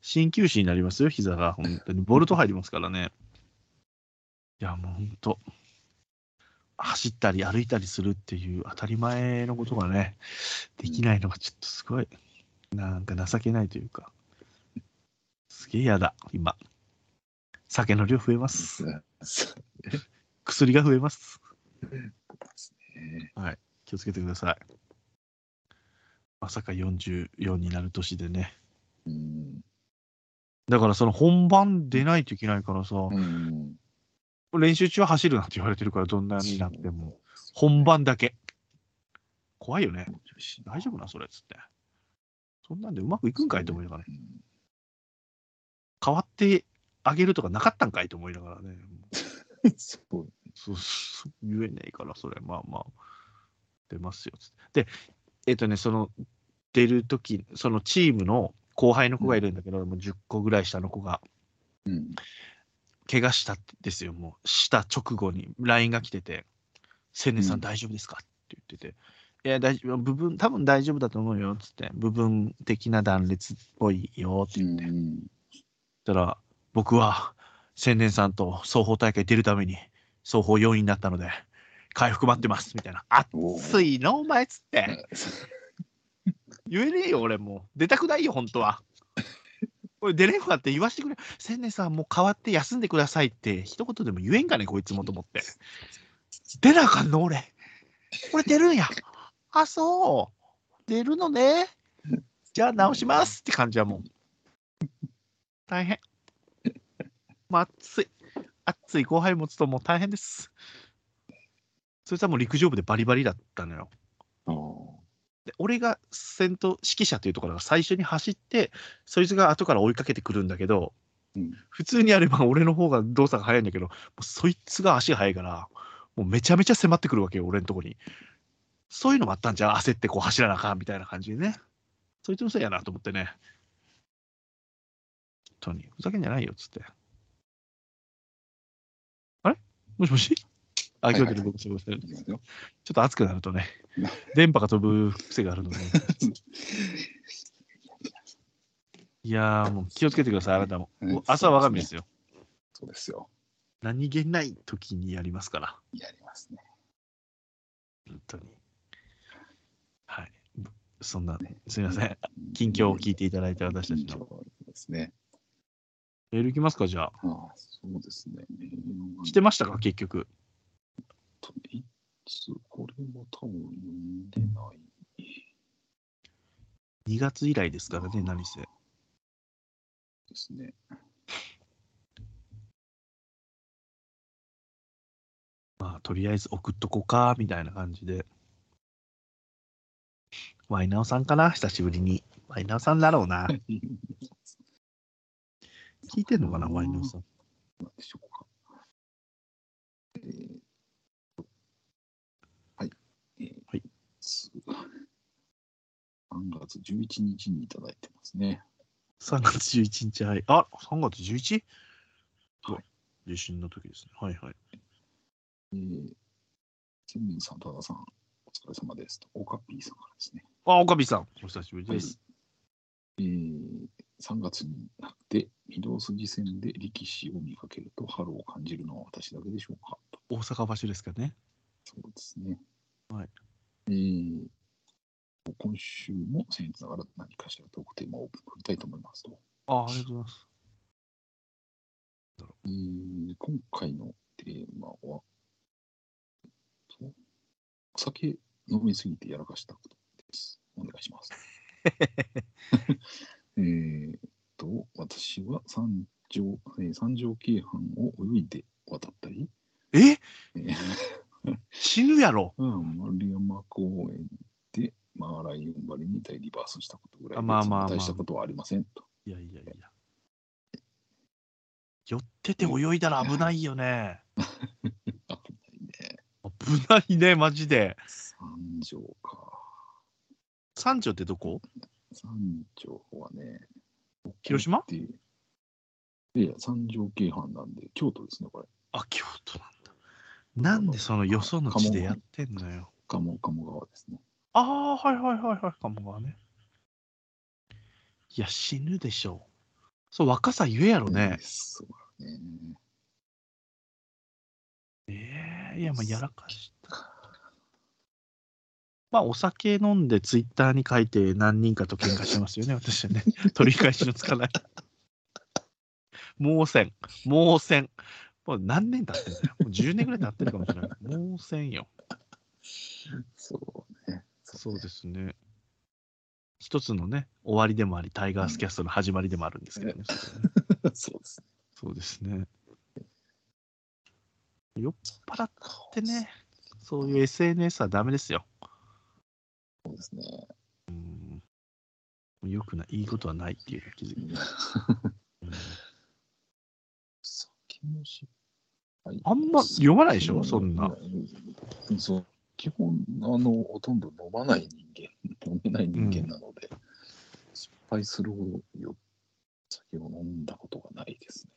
[SPEAKER 2] 鍼灸師になりますよ、膝が。本当に。ボルト入りますからね。いや、もう本当。走ったり歩いたりするっていう当たり前のことがね、できないのがちょっとすごい、なんか情けないというか、すげえ嫌だ、今。酒の量増えます。
[SPEAKER 1] そう
[SPEAKER 2] 薬が増えます。
[SPEAKER 1] ですね。
[SPEAKER 2] 気をつけてください。まさか44になる年でね。
[SPEAKER 1] うん。
[SPEAKER 2] だからその本番出ないといけないからさ、
[SPEAKER 1] うん
[SPEAKER 2] 練習中は走るなって言われてるから、どんなになっても。。本番だけ。怖いよね。大丈夫な、それっつって。そんなんでうまくいくんかいと思いながら、ね、
[SPEAKER 1] うん
[SPEAKER 2] 変わってあげるとかなかったんかいと思いながらね。
[SPEAKER 1] そう。
[SPEAKER 2] そうそう 言えないから、それ、まあまあ、出ますよつって。で、えっ、とね、その、出るとき、そのチームの後輩の子がいるんだけど、もう10個ぐらい下の子が、
[SPEAKER 1] うん。
[SPEAKER 2] 怪我したんですよ、もう、した直後に LINE が来てて、千年さ
[SPEAKER 1] うん
[SPEAKER 2] ん大丈夫ですかって言ってて、いや、大丈夫、部分、多分大丈夫だと思うよ、つって、部分的な断裂っぽいよ、って
[SPEAKER 1] う
[SPEAKER 2] 言って。
[SPEAKER 1] ん。
[SPEAKER 2] ったら、僕は千年さんと双方大会出るために、双方4位になったので、回復待ってます、みたいな。
[SPEAKER 1] おー
[SPEAKER 2] 熱いな、お前っつって。
[SPEAKER 1] ねそう
[SPEAKER 2] 言えねえよ、俺もう。出たくないよ、本当は。俺出れんかって言わしてくれ。千年さん、もう代わって休んでくださいって、一言でも言えんかね、こいつもと思って。出なあかんの、俺。俺出るんや。あ、そう。出るのね。じゃあ直しますって感じはもう。大変。まあ、暑い。暑い後輩持つともう大変です。それさもう陸上部でバリバリだったのよ。
[SPEAKER 1] あー
[SPEAKER 2] で俺が先頭指揮者というところが最初に走ってそいつが後から追いかけてくるんだけど、
[SPEAKER 1] うん
[SPEAKER 2] 普通にやれば俺の方が動作が速いんだけどもうそいつが足が速いからもうめちゃめちゃ迫ってくるわけよ俺のとこにそういうのもあったんじゃん焦ってこう走らなあかんみたいな感じでねそいつのせいやなと思ってね本当にふざけんじゃないよっつってあれもしもしあ
[SPEAKER 1] はい
[SPEAKER 2] 聞
[SPEAKER 1] はい
[SPEAKER 2] こえ
[SPEAKER 1] はい
[SPEAKER 2] てるごめんなさいごめんなさい
[SPEAKER 1] いきますよ
[SPEAKER 2] ちょっと熱くなるとね、電波が飛ぶ癖がある ので。いやー、もう気をつけてください、あなたも。
[SPEAKER 1] うん
[SPEAKER 2] 朝は我が身ですよ。
[SPEAKER 1] そうですよ。
[SPEAKER 2] 何気ない時にやりますから、
[SPEAKER 1] やりますね。
[SPEAKER 2] 本当に。はい。そんな、すみません。近況を聞いていただいた私たちの
[SPEAKER 1] 近況ですね。
[SPEAKER 2] メール行きますか、じゃ
[SPEAKER 1] あ
[SPEAKER 2] あ。
[SPEAKER 1] あ、そうですね。メールが
[SPEAKER 2] してましたか、結局。
[SPEAKER 1] といつ、これも多分読んでない。
[SPEAKER 2] 2月以来ですからね、何せ。
[SPEAKER 1] ですね。
[SPEAKER 2] まあ、とりあえず送っとこうか、みたいな感じで。ワイナオさんかな久しぶりに。ワイナオさんだろうな。聞いてんのかな、ワイナオさん。
[SPEAKER 1] なんでしょうか。えーと、
[SPEAKER 2] は
[SPEAKER 1] はいい。えーす3月11日にいただいてますね。
[SPEAKER 2] 3月11日、はい。あ、3月 11?
[SPEAKER 1] はい
[SPEAKER 2] 地震の時ですね。はいはい。
[SPEAKER 1] えー、ケンミンさん、多田さん、お疲れ様ですと。オカピーさんからですね。
[SPEAKER 2] あ、岡部さん、お久しぶりです。
[SPEAKER 1] えー、3月になって、御堂筋線で力士を見かけると、春を感じるのは私だけでしょうかと。
[SPEAKER 2] 大阪場所ですかね。
[SPEAKER 1] そうですね。
[SPEAKER 2] はい。
[SPEAKER 1] えー、今週も僭越ながら何かしらトークテーマを送りたいと思いますと。
[SPEAKER 2] あ、ありがとうございます。
[SPEAKER 1] えー今回のテーマは、そうお酒飲みすぎてやらかしたことです。お願いします。 えーっと、私は三条、えー三条京阪を泳いで渡ったり、
[SPEAKER 2] え
[SPEAKER 1] えー
[SPEAKER 2] 死ぬやろ。
[SPEAKER 1] 丸山公園でマーライオンバリに大リバースしたことぐらい
[SPEAKER 2] あ
[SPEAKER 1] で、
[SPEAKER 2] まあまあまあ
[SPEAKER 1] そんな大したことはありませんと。
[SPEAKER 2] いやいやいや。寄ってて泳いだら危ないよね。
[SPEAKER 1] 危ないね。
[SPEAKER 2] 危ないね、マジで。
[SPEAKER 1] 三条か。
[SPEAKER 2] 三条ってどこ
[SPEAKER 1] 三条はね、
[SPEAKER 2] 広島
[SPEAKER 1] っていう。いやいや、三条京阪なんで、京都ですね、これ。
[SPEAKER 2] あ、京都なんだ。なんでそのよその地でやってんのよ。
[SPEAKER 1] 鴨鴨川ですね。
[SPEAKER 2] ああ、はいはいはいはい、鴨川ね。いや、死ぬでしょう。そう、若さゆえやろね。
[SPEAKER 1] そうだね。
[SPEAKER 2] ええいや、まあ、やらかした。まあ、お酒飲んでツイッターに書いて何人かと喧嘩してますよ ね、私はね。取り返しのつかない。猛戦、猛戦。もう何年経ってんだよ。もう10年ぐらい経ってるかもしれない。猛戦よ。
[SPEAKER 1] そうね。
[SPEAKER 2] そうですね。一つのね、終わりでもあり、タイガースキャストの始まりでもあるんですけどね。それはね
[SPEAKER 1] そうですね。
[SPEAKER 2] そうですね。酔っ払ってね、そういう SNS はダメですよ。
[SPEAKER 1] そうですね。
[SPEAKER 2] よくない、いいことはないっていう気づき。
[SPEAKER 1] 酒の失敗。
[SPEAKER 2] あんま読まないでしょ、そんな。
[SPEAKER 1] な。そう。基本、あの、ほとんど飲まない人間、飲めない人間なので、失敗するほどよ酒を飲んだことがないですね。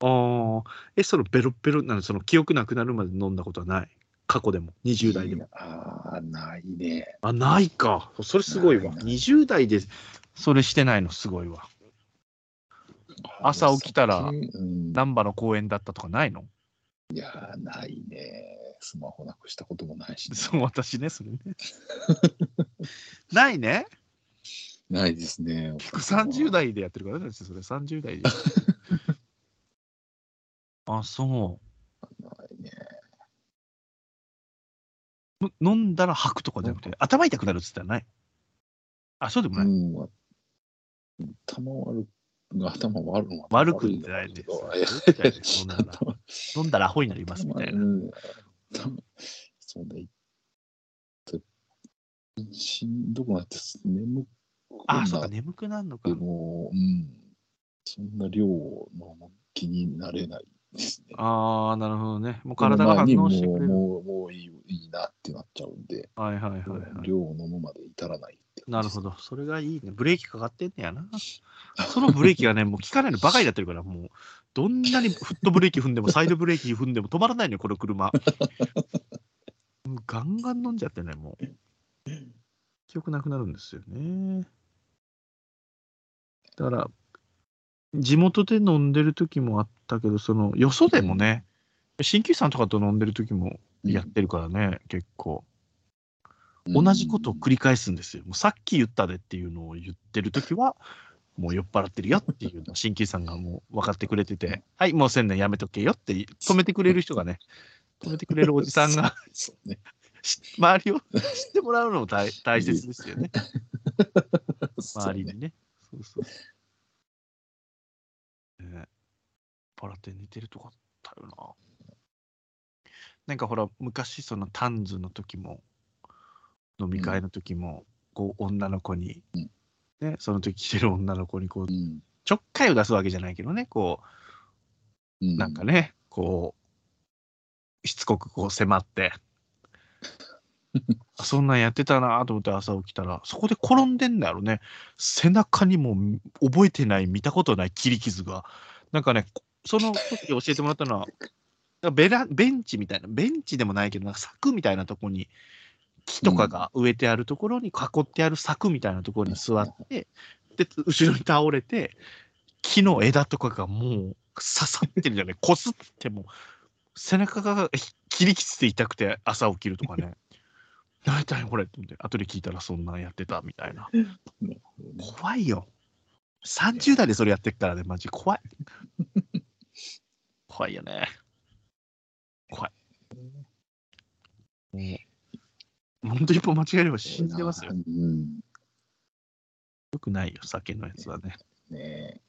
[SPEAKER 2] ああ、え、そのベロッベロなの、その記憶なくなるまで飲んだことはない。過去でも、20代でも。
[SPEAKER 1] も。ああ、ないね。
[SPEAKER 2] あ、ないか。それすごいわ。
[SPEAKER 1] ない
[SPEAKER 2] 20代でそれしてないのすごいわ。朝起きたら
[SPEAKER 1] うん、
[SPEAKER 2] 難波の公園だったとかないの
[SPEAKER 1] いやー、ないね。スマホなくしたこともないし、
[SPEAKER 2] そう、私ね、それね。ないね。
[SPEAKER 1] ないですね。
[SPEAKER 2] 結構30代でやってるからね、私それ30代で。 あ、そ
[SPEAKER 1] ないね。
[SPEAKER 2] う。む飲んだら吐くとかじゃなくて、頭痛くなるっつったらない。あ、そうでも
[SPEAKER 1] う
[SPEAKER 2] ない。
[SPEAKER 1] ん、わ頭悪く、頭悪く
[SPEAKER 2] 悪くないです
[SPEAKER 1] 頭悪いんだけど
[SPEAKER 2] 悪くないです飲
[SPEAKER 1] 頭
[SPEAKER 2] んだら飲んだらアホになりますみたいな。
[SPEAKER 1] うん頭そうね。しんどくなって眠くな
[SPEAKER 2] あ、
[SPEAKER 1] っ
[SPEAKER 2] そうか、眠くなるのか
[SPEAKER 1] て。も、うん、そんな量の気になれないですね。
[SPEAKER 2] ああ、なるほどね。もう体が反応してく
[SPEAKER 1] も
[SPEAKER 2] れる。
[SPEAKER 1] うもうもういいいいなってなっちゃうんで、
[SPEAKER 2] はいはいはい、はい。
[SPEAKER 1] 量を飲むまで至らないって
[SPEAKER 2] なるほ
[SPEAKER 1] ど。
[SPEAKER 2] ど。それがいいね。ブレーキかかってんねやな。そのブレーキがね、もう効かないのばかりだってるから、もう、どんなにフットブレーキ踏んでも、サイドブレーキ踏んでも止まらないのよ、この車。もうガンガン飲んじゃってね、もう。記憶なくなるんですよね。だから、地元で飲んでる時もあったけど、その、よそでもね、鍼灸師さんとかと飲んでる時もやってるからね、結構。同じことを繰り返すんですよ。もうさっき言ったでっていうのを言ってるときは、もう酔っ払ってるよっていうのを新規さんがもう分かってくれてて、はい、もう千年やめとけよって止めてくれる人がね、止めてくれるおじさんが
[SPEAKER 1] そうね。
[SPEAKER 2] し周りを知ってもらうのも大大切ですよね、
[SPEAKER 1] そう
[SPEAKER 2] 周
[SPEAKER 1] ね
[SPEAKER 2] りにね。そうそうそう。ね酔っ払って寝てるとかあったよな。なんかほら、昔そのタンズの時も、飲み会の時も、こう女の子に、
[SPEAKER 1] うん
[SPEAKER 2] ね、その時来てる女の子にこ
[SPEAKER 1] う
[SPEAKER 2] う
[SPEAKER 1] ん
[SPEAKER 2] ちょっかいを出すわけじゃないけどね、こ
[SPEAKER 1] う
[SPEAKER 2] う、
[SPEAKER 1] ん。
[SPEAKER 2] なんかね、こう、しつこくこう迫って、あそんなんやってたなと思って朝起きたら、そこで転んでんだろうね。背中にもみ覚えてない、見たことない切り傷が。なんかね、こその時教えてもらったのは、なんかベラベンチみたいな、ベンチでもないけど、なんか柵みたいなとこに、木とかが植えてあるところに囲ってある柵みたいなところに座って、で、後ろに倒れて、木の枝とかがもう刺さってるじゃない、こすっても、背中がひ切り傷で痛くて朝起きるとかね。何だよこれって思って後で聞いたらそんなんやってたみたいな
[SPEAKER 1] ね
[SPEAKER 2] 怖いよ30代でそれやってっからねマジ怖い 怖いよね怖いもうほんと一歩間違えれば死んでますよ
[SPEAKER 1] うん。
[SPEAKER 2] よくないよ酒のやつはね
[SPEAKER 1] ね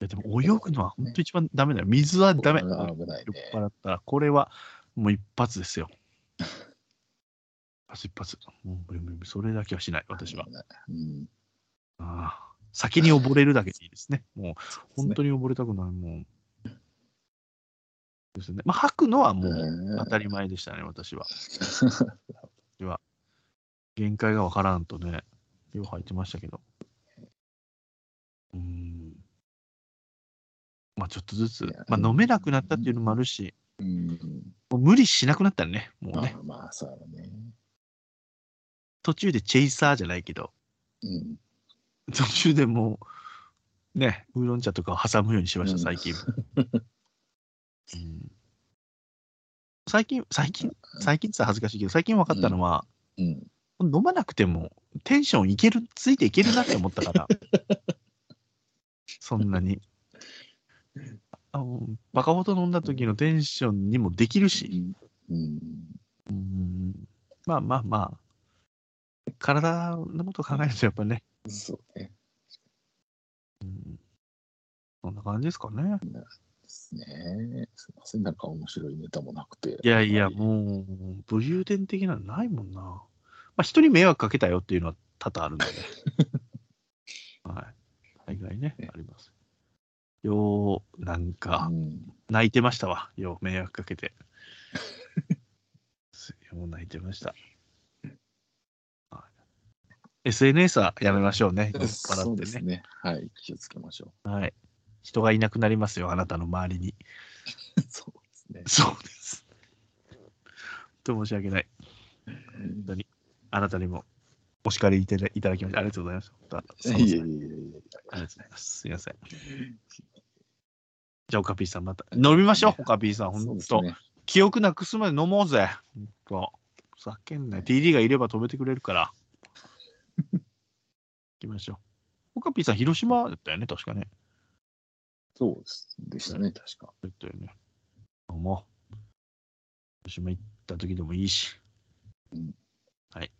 [SPEAKER 2] いやでも泳ぐのはほんと一番ダメだよ水はダメ
[SPEAKER 1] こ
[SPEAKER 2] 酔
[SPEAKER 1] れは
[SPEAKER 2] っ
[SPEAKER 1] 危ないね。
[SPEAKER 2] 払ったらこれはもう一発ですよ一発一発もう無理無理無理それだけはしない私は
[SPEAKER 1] うん。
[SPEAKER 2] ああ先に溺れるだけでいいですね。もう本当
[SPEAKER 1] に
[SPEAKER 2] に溺れたくない、もう。ですね。まあ、吐くのはもう当たり前でしたね、私は。限界がわからんとね、よう吐いてましたけど。うーん。まあ、ちょっとずつ
[SPEAKER 1] や、
[SPEAKER 2] まあ、飲めなくなったっていうのもあるし、
[SPEAKER 1] うん。
[SPEAKER 2] もう無理しなくなったらね、もう
[SPEAKER 1] ま
[SPEAKER 2] ね、
[SPEAKER 1] あまあ、そうだね。
[SPEAKER 2] 途中でチェイサーじゃないけど、
[SPEAKER 1] うん。
[SPEAKER 2] 途中でもう、ね、ウーロン茶とかを挟むようにしまし
[SPEAKER 1] う
[SPEAKER 2] た、
[SPEAKER 1] ん
[SPEAKER 2] 最近。うん最近、最近、最近って恥ずかしいけど、最近分かったのは、
[SPEAKER 1] うん。
[SPEAKER 2] 飲まなくてもテンションいける、ついていけるなって思っ たから、そんなに。あのバカほど飲んだ時のテンションにもできるし、
[SPEAKER 1] うん。
[SPEAKER 2] うんまあまあまあ、体のことを考えるとやっぱね、
[SPEAKER 1] そうね。
[SPEAKER 2] そんな感じですかね。
[SPEAKER 1] ですね。すいません。なんか面白いネタもなくて。
[SPEAKER 2] いやいや、もう、武勇伝的なのないもんな。まあ、人に迷惑かけたよっていうのは多々あるんでね。はい。大概ね、あります。よう、なんか
[SPEAKER 1] う、ん。
[SPEAKER 2] 泣いてましたわ。よう、迷惑か けて。よう、泣いてました。はい、SNS はやめましょうね。酔っ
[SPEAKER 1] そ
[SPEAKER 2] 払
[SPEAKER 1] う
[SPEAKER 2] っ
[SPEAKER 1] で
[SPEAKER 2] て
[SPEAKER 1] す
[SPEAKER 2] ね。
[SPEAKER 1] ね。はい。気をつけましょ
[SPEAKER 2] 人がいなくなりますよ、あなたの周りに。
[SPEAKER 1] う。そうですね。
[SPEAKER 2] そうです。と申し訳ない。本当に、あなたにもお叱りいただいただきまして、ありがとうございました。本当
[SPEAKER 1] いやいやいやいやいや。
[SPEAKER 2] ありがとうございます。すいません。じゃあ、オカピーさん、また飲みましょう、オカピーさん、
[SPEAKER 1] そう
[SPEAKER 2] 本
[SPEAKER 1] です
[SPEAKER 2] 当、
[SPEAKER 1] ね。
[SPEAKER 2] 記憶なくすまで飲もうぜ。本当、ふざけんなよ。TD がいれば止めてくれるから。 行きましょう。オカピーさん、広島だったよね、確かね。
[SPEAKER 1] そうですでしたね。確か。
[SPEAKER 2] だったよね。どうも。広島行った時でもいいし。
[SPEAKER 1] うん
[SPEAKER 2] はい。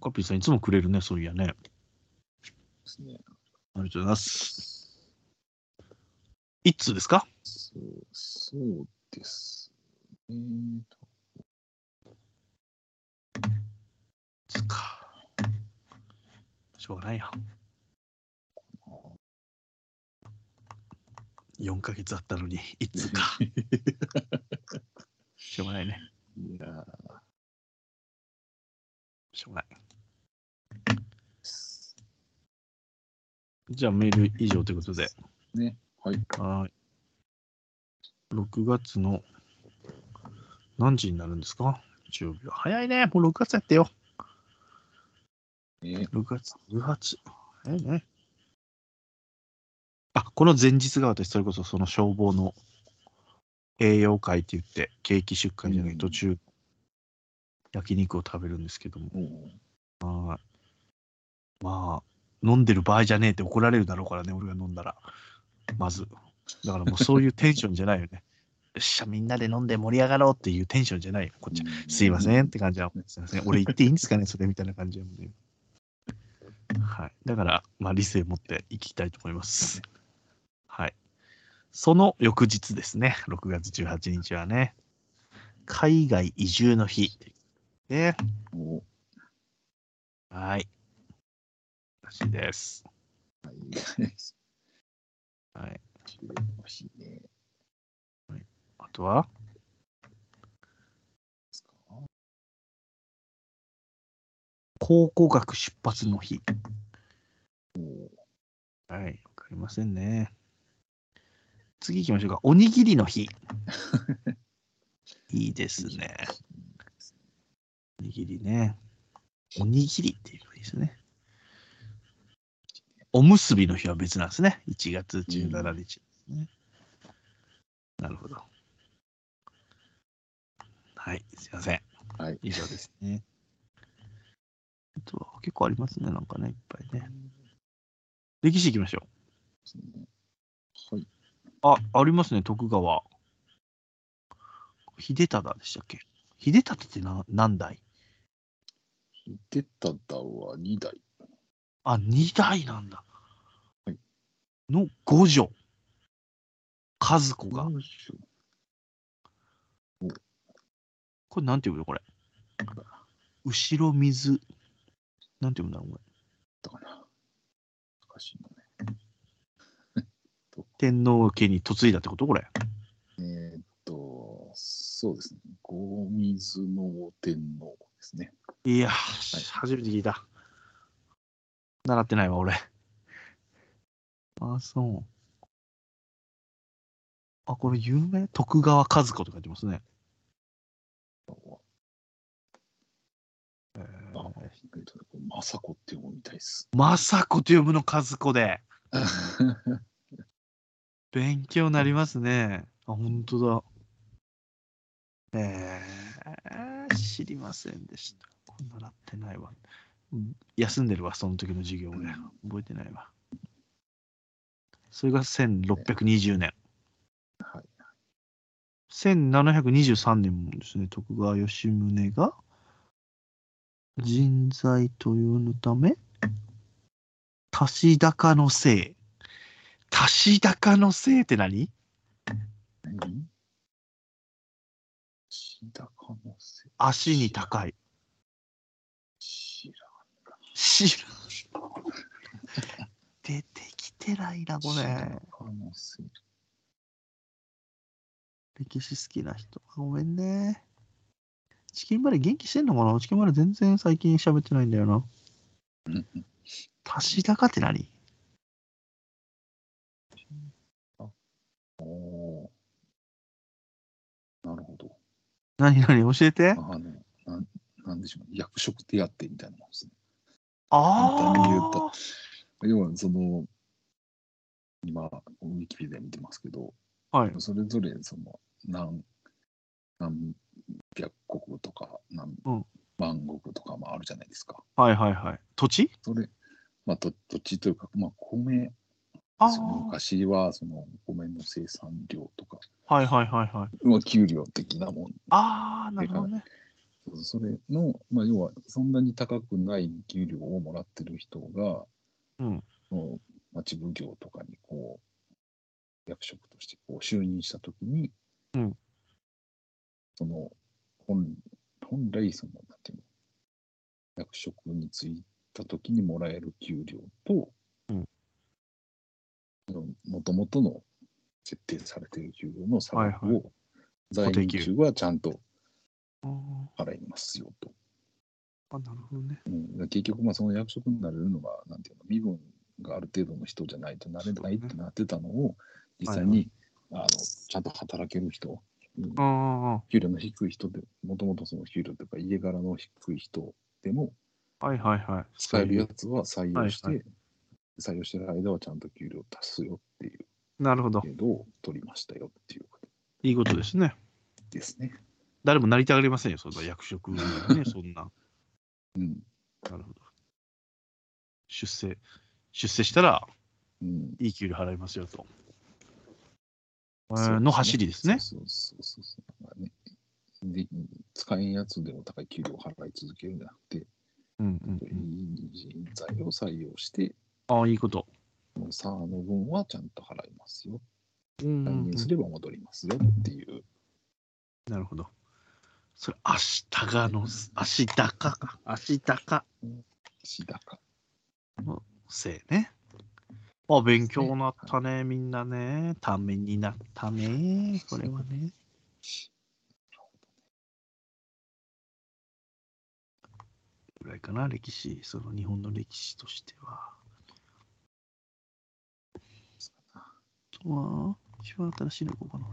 [SPEAKER 2] カピーさんいつもくれるね、そういやね。あり
[SPEAKER 1] ですね。
[SPEAKER 2] がとうございます。一通ですか
[SPEAKER 1] そう、そうですね。
[SPEAKER 2] つか。しょうがないよ。4ヶ月あったのに、一通 か。しょうがないね。
[SPEAKER 1] いやー
[SPEAKER 2] しょうがない。じゃあメール以上ということで。
[SPEAKER 1] ね。はい。
[SPEAKER 2] はい。6月の何時になるんですか日曜日は。早いね。もう6月やってよ。
[SPEAKER 1] ね
[SPEAKER 2] 6月18。早いね。あ、この前日が私、それこそその消防の栄養会って言って、景気出荷じゃな
[SPEAKER 1] う
[SPEAKER 2] い
[SPEAKER 1] ん
[SPEAKER 2] 途中、焼肉を食べるんですけども。
[SPEAKER 1] うん。
[SPEAKER 2] はい。まあ、飲んでる場合じゃねえって怒られるだろうからね、俺が飲んだら。まず。だからもうそういうテンションじゃないよね。 よっしゃ、みんなで飲んで盛り上がろうっていうテンションじゃないよ、こっちは。 すいませんって感じは、すいません。俺言っていいんですかね、それみたいな感じやもんね。はい。だから、まあ理性を持っていきたいと思います。はい。その翌日ですね、6月18日はね、海外移住の日。ね。
[SPEAKER 1] お
[SPEAKER 2] はい。らしいです。はい。
[SPEAKER 1] 欲しいね。
[SPEAKER 2] あとは
[SPEAKER 1] ですか
[SPEAKER 2] 考古学出発の日。はい、わかりませんね。次行きましょうか。おにぎりの 日。いいですね。おにぎりね。おにぎりっていうのいいですね。おむすびの日は別なんですね。1月17日ですね。なるほど。はい、すいません。
[SPEAKER 1] はい。
[SPEAKER 2] 以上ですね。あとは結構ありますね、なんかね、いっぱいね。歴史いきましょ
[SPEAKER 1] はい。
[SPEAKER 2] う。あ、ありますね、徳川。秀忠でしたっけ秀忠ってな何代
[SPEAKER 1] 出ただは2台。
[SPEAKER 2] あ、2代なんだ。
[SPEAKER 1] はい
[SPEAKER 2] の五女。和子が。
[SPEAKER 1] よいしょ
[SPEAKER 2] これなんて読むのこれ。後ろ水。なんて読むんだろうこれ。
[SPEAKER 1] だったかな。難しいのね。
[SPEAKER 2] 天皇家に嫁いだってことこれ。
[SPEAKER 1] えーっと、そうですね。ゴミズの天皇ですね。
[SPEAKER 2] いやー、初めて聞いた。習ってないわ、俺。あ、そう。あ、これ有名徳川和子と書いてますね。
[SPEAKER 1] あ、えーっと、まさこって読むみたいです。
[SPEAKER 2] 政子と呼ぶの和子で。勉強になりますね。あ、本当だ。えー、知りませんでした。こんななってないわ。うん休んでるわ、その時の授業俺。覚えてないわ。それが1620年。
[SPEAKER 1] はい。
[SPEAKER 2] 1723年もですね、徳川吉宗が人材豊のため、足し高のせい。足し高のせいって何
[SPEAKER 1] 何死んだ可能性。
[SPEAKER 2] 足に高い。
[SPEAKER 1] 知ら
[SPEAKER 2] 知らん。出てきてないな、
[SPEAKER 1] ん。
[SPEAKER 2] こ
[SPEAKER 1] 死ん
[SPEAKER 2] れ
[SPEAKER 1] だ。可能性。
[SPEAKER 2] 歴史好きな人。ごめんね。チキンバレー元気してんのかなチキンバレー全然最近喋ってないんだよな。
[SPEAKER 1] うん
[SPEAKER 2] 足し高って何
[SPEAKER 1] おおー。なるほど。
[SPEAKER 2] 何何教えて。
[SPEAKER 1] あの、なんなんでしょう、ね、役職手当みたいなもんですね。
[SPEAKER 2] あ
[SPEAKER 1] 簡単に言う
[SPEAKER 2] あ
[SPEAKER 1] と。要は、その、今、ウィキペディア見てますけど、
[SPEAKER 2] はい。
[SPEAKER 1] それぞれ、その、何、何百国とか、何
[SPEAKER 2] うん
[SPEAKER 1] 万国とかもあるじゃないですか。
[SPEAKER 2] はいはいはい。土地
[SPEAKER 1] それ、まあ、と土地というか、まあ、米、
[SPEAKER 2] あ
[SPEAKER 1] その昔は、その、米の生産量とか、
[SPEAKER 2] あ。はいはいはいはい。
[SPEAKER 1] まあ、給料的なもん
[SPEAKER 2] ああ、なるほどね。
[SPEAKER 1] それの、まあ、要はそんなに高くない給料をもらってる人が、
[SPEAKER 2] うん
[SPEAKER 1] その町奉行とかにこう役職としてこう就任した時に、
[SPEAKER 2] うん
[SPEAKER 1] その本本来そのなんていうの役職に就いた時にもらえる給料と、
[SPEAKER 2] うん
[SPEAKER 1] もともとの設定されている給料の差額を、
[SPEAKER 2] はい
[SPEAKER 1] 在任中はちゃんと
[SPEAKER 2] あー
[SPEAKER 1] 払いますよと。
[SPEAKER 2] あ、なるほどね。
[SPEAKER 1] うん、結局まあその役職になれるのはなんていうの身分がある程度の人じゃないとなれないってなってたのを実際に、あのちゃんと働ける人
[SPEAKER 2] あ
[SPEAKER 1] 給料の低い人でもともとその給料というか家柄の低い人でも
[SPEAKER 2] あ、はいはいはい。
[SPEAKER 1] 使えるやつは採用して、
[SPEAKER 2] はい
[SPEAKER 1] 採用してる間はちゃんと給料足すよっていう
[SPEAKER 2] なるほど。
[SPEAKER 1] 制度を取りましたよっていうこと
[SPEAKER 2] いいことですね。
[SPEAKER 1] ですね。
[SPEAKER 2] 誰もなりたがりませんよ、そんな役職に ね、そんな。
[SPEAKER 1] うん、
[SPEAKER 2] なるほど。出世、出世したら
[SPEAKER 1] うん。
[SPEAKER 2] いい給料払いますよと。えーの走りですね。
[SPEAKER 1] そうそうそうそう。なんかね、で使えんやつでも高い給料を払い続けるんじゃなくて、
[SPEAKER 2] うんうん
[SPEAKER 1] いい人材を採用して、
[SPEAKER 2] うん、ああ、いいこと。
[SPEAKER 1] もう差の分はちゃんと払いますよ。
[SPEAKER 2] うんうん
[SPEAKER 1] 来
[SPEAKER 2] うん
[SPEAKER 1] 年すれば戻りますよっていう。
[SPEAKER 2] なるほど。それ、明日がの、明日かか。明日か
[SPEAKER 1] しだか。
[SPEAKER 2] せいね。あ、勉強になったね、みんなね。ためになったね、これはね。ぐらいかな、歴史、その日本の歴史としては。あとは、一番新しいのこうかな。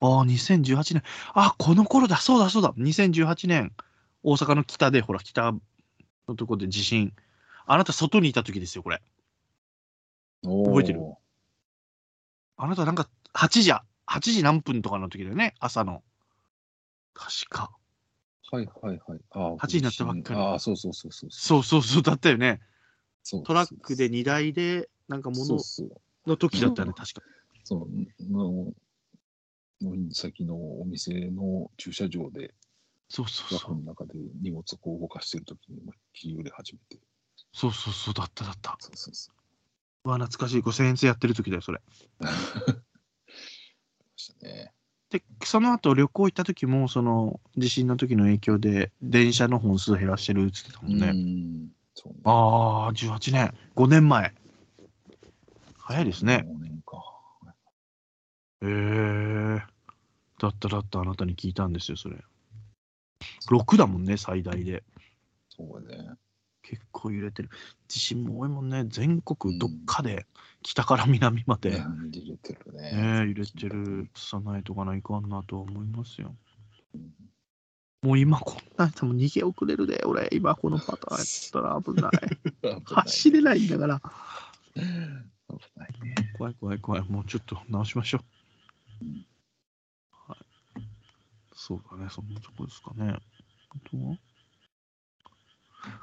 [SPEAKER 2] ああ、2018年。あ、この頃だ、そうだ、そうだ。2018年、大阪の北で、ほら、北のとこで地震。あなた、外にいた時ですよ、これ。覚えてる
[SPEAKER 1] お
[SPEAKER 2] あなた、なんか、8時や、8時何分とかの時だよね、朝の。確か。
[SPEAKER 1] ーはいはいはい。あー
[SPEAKER 2] 8になったばっかり
[SPEAKER 1] ああ、そうそうそうそう
[SPEAKER 2] そうそうそう、だったよね。
[SPEAKER 1] そう
[SPEAKER 2] トラックで荷台で、なんか
[SPEAKER 1] そう
[SPEAKER 2] 物
[SPEAKER 1] そう。
[SPEAKER 2] の時だったよね、確か。
[SPEAKER 1] そうのの先のお店の駐車場で、
[SPEAKER 2] そう
[SPEAKER 1] ト
[SPEAKER 2] そう
[SPEAKER 1] ラ
[SPEAKER 2] そ
[SPEAKER 1] ッ
[SPEAKER 2] う
[SPEAKER 1] ク。の中で荷物をこう動かしてるときに、切り売れ始めて。
[SPEAKER 2] そうそうそう、だっただった。
[SPEAKER 1] そうそうそう。
[SPEAKER 2] うわ、懐かしい。5000円やってる時だよ、それ。
[SPEAKER 1] ありましたね。
[SPEAKER 2] で、その後旅行行った時も、その地震の時の影響で、電車の本数減らしてるって言ってたもんね。
[SPEAKER 1] うん。そうね
[SPEAKER 2] ああ、18年、5年前。早いですね。
[SPEAKER 1] 5年か。
[SPEAKER 2] へえだっただった、あなたに聞いたんですよ、それ。6だもんね、最大で。
[SPEAKER 1] そうね。
[SPEAKER 2] 結構揺れてる。地震も多いもんね、全国どっかで、北から南まで。
[SPEAKER 1] うん入れてるね。
[SPEAKER 2] ねえ、揺れてる、さないとかないかんなとは思いますよ
[SPEAKER 1] うん。
[SPEAKER 2] もう今こんな人も逃げ遅れるで、俺、今このパターンやったら危ない。
[SPEAKER 1] 危ない。
[SPEAKER 2] 走れないんだから。
[SPEAKER 1] 危ないね。
[SPEAKER 2] 怖い怖い怖い、もうちょっと直しましょう。はい、そうだね、そんなとこですかね。あとは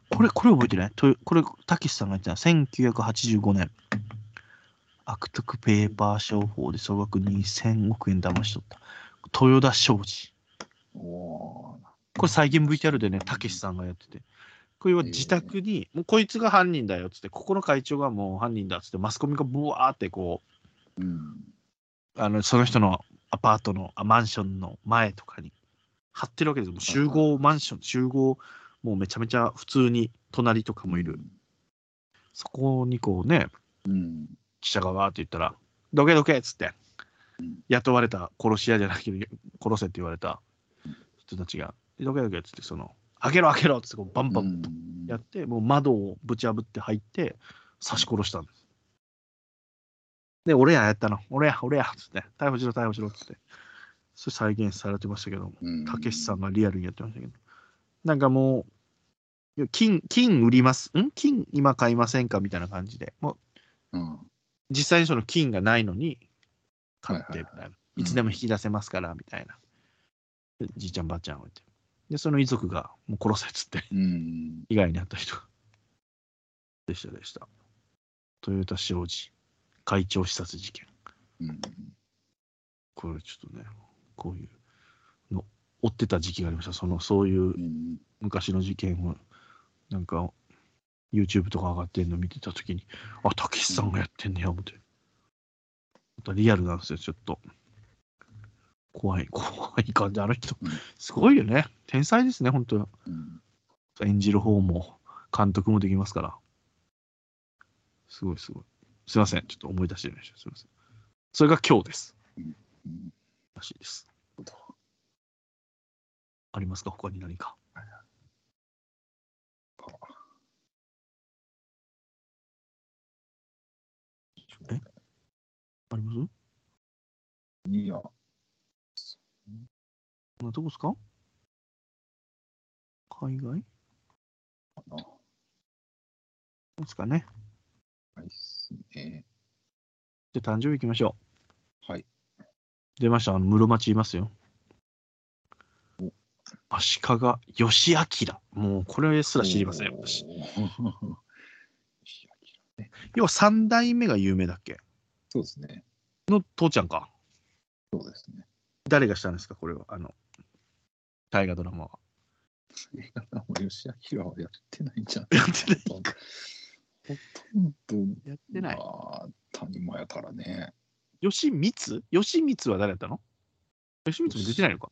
[SPEAKER 2] これ、これ覚えてないとこれ、たけしさんが言ってた1985年。悪徳ペーパー商法で総額2000億円騙し取った。豊田商事。
[SPEAKER 1] おお
[SPEAKER 2] これ再現 VTR でね、たけしさんがやってて、これは自宅に、もうこいつが犯人だよっつって、ここの会長がもう犯人だっつって、マスコミがブワーってこ
[SPEAKER 1] ー。うん。
[SPEAKER 2] う、あのその人のアパートの、あマンションの前とかに貼ってるわけですよ。もう集合マンション、集合、もうめちゃめちゃ普通に隣とかもいる。そこにこうね、
[SPEAKER 1] うん。
[SPEAKER 2] 記者がわーって言ったら、どけどけっつって、雇われた殺し屋じゃなくて、殺せって言われた人たちが、どけどけっつって、その、開けろ開けろっつってこう、バンバン
[SPEAKER 1] うん
[SPEAKER 2] やって、もう窓をぶち破って入って、刺し殺したんです。で、俺ややったの、俺や、俺や、つって、逮捕しろ、逮捕しろ、つって。それ再現されてましたけど、
[SPEAKER 1] うん
[SPEAKER 2] たけしさんがリアルにやってましたけど、なんかもう、いや金、金売ります、ん金今買いませんかみたいな感じで、もう
[SPEAKER 1] うん。
[SPEAKER 2] 実際にその金がないのに買ってみたいな、
[SPEAKER 1] はいいはい
[SPEAKER 2] つでも引き出せますからみたいな、でじいちゃんばあちゃん置いてでその遺族がもう殺せっつって
[SPEAKER 1] うん。
[SPEAKER 2] 被害に遭った人でしたでした豊田商事会長視察事件
[SPEAKER 1] うん。
[SPEAKER 2] これちょっとねこういうの追ってた時期がありましたそのそういう
[SPEAKER 1] うん
[SPEAKER 2] 昔の事件をなんか YouTube とか上がってんの見てた時にあたけしさんがやってんねや思ってまたリアルなんですよちょっと怖い怖い感じあの人
[SPEAKER 1] うん
[SPEAKER 2] すごいよね天才ですね本当
[SPEAKER 1] うん。
[SPEAKER 2] 演じる方も監督もできますからすごいすごいすいませんちょっと思い出してみましたすいませんそれが今日です
[SPEAKER 1] うん
[SPEAKER 2] らしいですありますか他に何かえあります
[SPEAKER 1] いや、
[SPEAKER 2] こんなとこですか海外
[SPEAKER 1] な
[SPEAKER 2] ですかね。
[SPEAKER 1] ないっすね。
[SPEAKER 2] じゃあ誕生日行きましょう。
[SPEAKER 1] はい。
[SPEAKER 2] 出ました。あの室町いますよ。足利義明。もうこれすら知りません、私。
[SPEAKER 1] おー
[SPEAKER 2] 要は三代目が有名だっけ
[SPEAKER 1] そうですね。
[SPEAKER 2] の父ちゃんか。
[SPEAKER 1] そうですね。
[SPEAKER 2] 誰がしたんですか、これは。あの、大河ドラマは。
[SPEAKER 1] 映画はもう吉明はやってないんじゃん。
[SPEAKER 2] やってない
[SPEAKER 1] ほとんど、
[SPEAKER 2] やってない。
[SPEAKER 1] まあ、谷間やからね。
[SPEAKER 2] 吉光吉光は誰だったの吉光も出てないのか。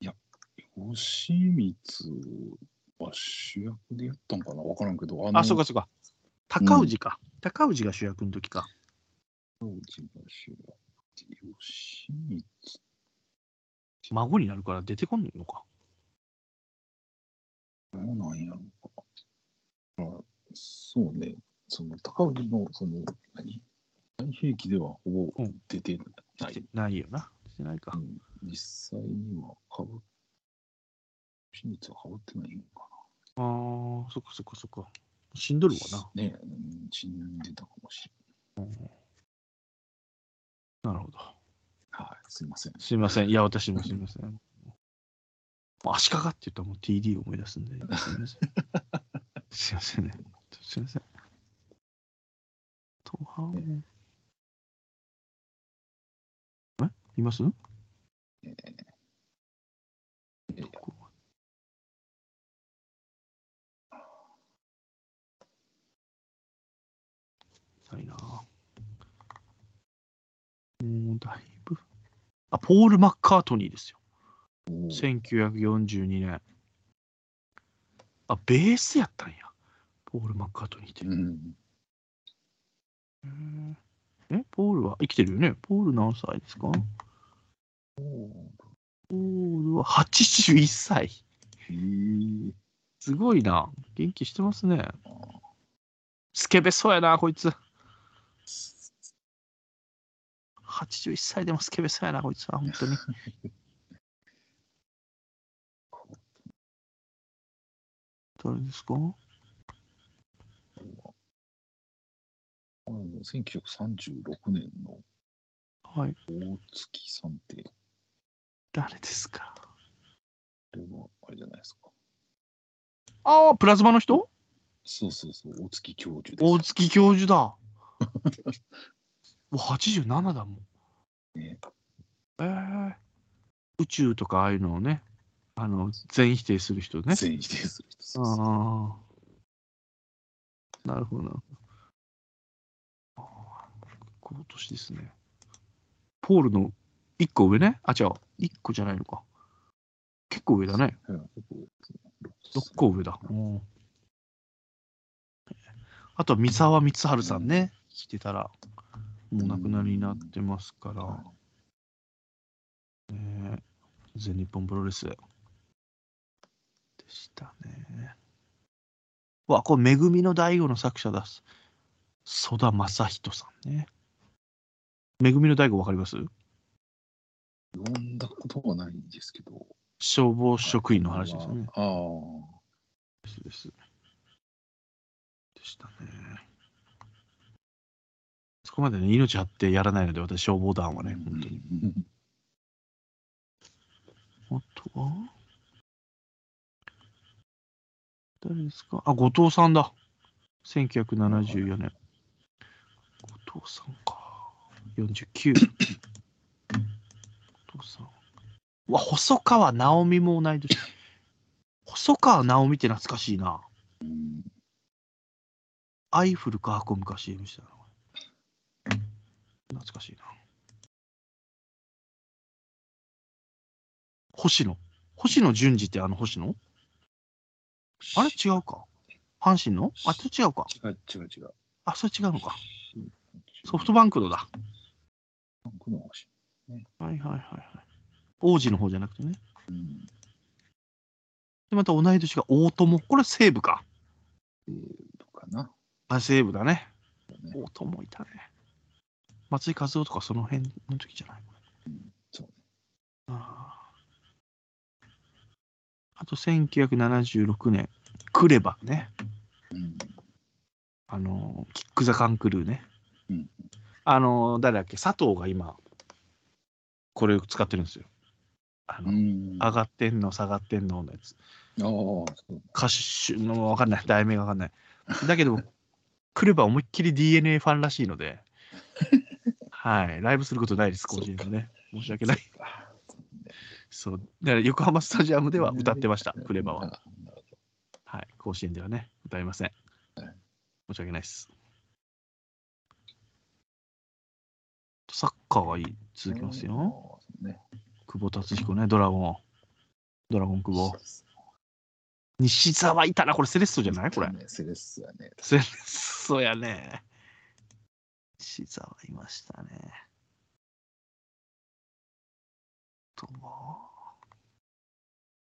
[SPEAKER 1] 吉光は主役でやったんかなわからんけど、あの
[SPEAKER 2] あ、そうかそうか。高氏か。高氏が主役の時か。
[SPEAKER 1] 当時の主役吉光。
[SPEAKER 2] 孫になるから出てこんのか。
[SPEAKER 1] どうなんやろうか。あそうね、その高氏のその何太平記ではほぼ
[SPEAKER 2] うん
[SPEAKER 1] 出てない、
[SPEAKER 2] 出てないよな。出てないか
[SPEAKER 1] う。ん実際にはかぶ吉光はかぶってないんか
[SPEAKER 2] ああー、そっかそっかそっか。死んどるわな。
[SPEAKER 1] な。ねえ、うん死んでたかもしれ
[SPEAKER 2] なるほど。
[SPEAKER 1] ない。はい、すいません。
[SPEAKER 2] すいません。いや、私もすいません。もう足利って言ったらもう TD を思い出すんで。すいません。すいませんね。すいません。とはん。えいますないなもうだいぶ。あ、ポール・マッカートニーですよ。
[SPEAKER 1] おー
[SPEAKER 2] 1942年。あ、ベースやったんや。ポール・マッカートニーって。
[SPEAKER 1] うん、
[SPEAKER 2] え、ポールは生きてるよね。ポール何歳ですかポールは81歳。
[SPEAKER 1] へえ。
[SPEAKER 2] すごいな。元気してますね。スケベそうやな、こいつ。81歳でもスケベそうやな、こいつは、本当に。 誰ですか
[SPEAKER 1] あの1936年の
[SPEAKER 2] はい。
[SPEAKER 1] 大月さんって、こ
[SPEAKER 2] 誰ですか
[SPEAKER 1] れはあれじゃないですか。
[SPEAKER 2] ああ、プラズマの人
[SPEAKER 1] そうそうそう、大月教授です。
[SPEAKER 2] 大月教授だ。もう87だもん。
[SPEAKER 1] ね
[SPEAKER 2] えー宇宙とかああいうのをね、あの全否定する人ね。
[SPEAKER 1] 全否定する人。そうそう
[SPEAKER 2] ああ。なるほどな。ああこの年ですね。ポールの1個上ね。あ、違う。1個じゃないのか。結構上だね。
[SPEAKER 1] うん結構ですね
[SPEAKER 2] 6個上だ。あとは三沢光晴さんね。聞いてたら、もう亡くなりになってますから。全日本プロレス。でしたね。うわ、これ、めぐみの大悟の作者だす。曽田正人さんね。めぐみの大悟わかります
[SPEAKER 1] 読んだことはないんですけど。
[SPEAKER 2] 消防職員の話ですよね。
[SPEAKER 1] ああ。
[SPEAKER 2] ですです。でしたね。そこまでね、命張ってやらないので、私、消防団はね、本当に。
[SPEAKER 1] うん
[SPEAKER 2] あとは誰ですかあ、後藤さんだ。1974年。後藤さんか。49。後藤さん。うわ、細川直美も同 い年。細川直美って懐かしいな。
[SPEAKER 1] うん
[SPEAKER 2] アイフルか、コムか CM したな。懐かしいな。星野。星野淳二ってあの星野あれ違うか。阪神のあ、それ違うか。
[SPEAKER 1] 違う違う違う。
[SPEAKER 2] あ、それ違うのか。ソフトバンクのだ。
[SPEAKER 1] バンクの話。
[SPEAKER 2] はいはいはいはい。王子の方じゃなくてね。
[SPEAKER 1] うん
[SPEAKER 2] で、また同い年が大友。これ西武か。
[SPEAKER 1] とかな。
[SPEAKER 2] あ、西武だね。
[SPEAKER 1] だね
[SPEAKER 2] 大友いたね。松井稼夫とかその辺の時じゃない
[SPEAKER 1] そう
[SPEAKER 2] あーあと1976年、クレバね。
[SPEAKER 1] うん
[SPEAKER 2] あのー、キック・ザ・カン・クルーね。
[SPEAKER 1] うん
[SPEAKER 2] あのー、誰だっけ、佐藤が今、これを使ってるんですよ。あの、
[SPEAKER 1] うん。
[SPEAKER 2] 上
[SPEAKER 1] あ
[SPEAKER 2] がってんの、下がってんののやつ。
[SPEAKER 1] あ、そう
[SPEAKER 2] 歌手の、わかんない。題名がわかんない。だけど、来れば思いっきり DNA ファンらしいので、はい、ライブすることないです、個人のね。申し訳ない。そう、だから横浜スタジアムでは歌ってました、クレバは。
[SPEAKER 1] あなるほど
[SPEAKER 2] はい、甲子園ではね、歌いません。
[SPEAKER 1] はい
[SPEAKER 2] 申し訳ないです。サッカーがいい続きます
[SPEAKER 1] そ
[SPEAKER 2] よ。
[SPEAKER 1] うね
[SPEAKER 2] 久保達彦ね、ドラゴン。ドラゴン久保
[SPEAKER 1] そう。です
[SPEAKER 2] 西澤いたな、これセレッソじゃないこれ。
[SPEAKER 1] ねセレッソやね。
[SPEAKER 2] セレッソやね。西澤いましたね。あとは、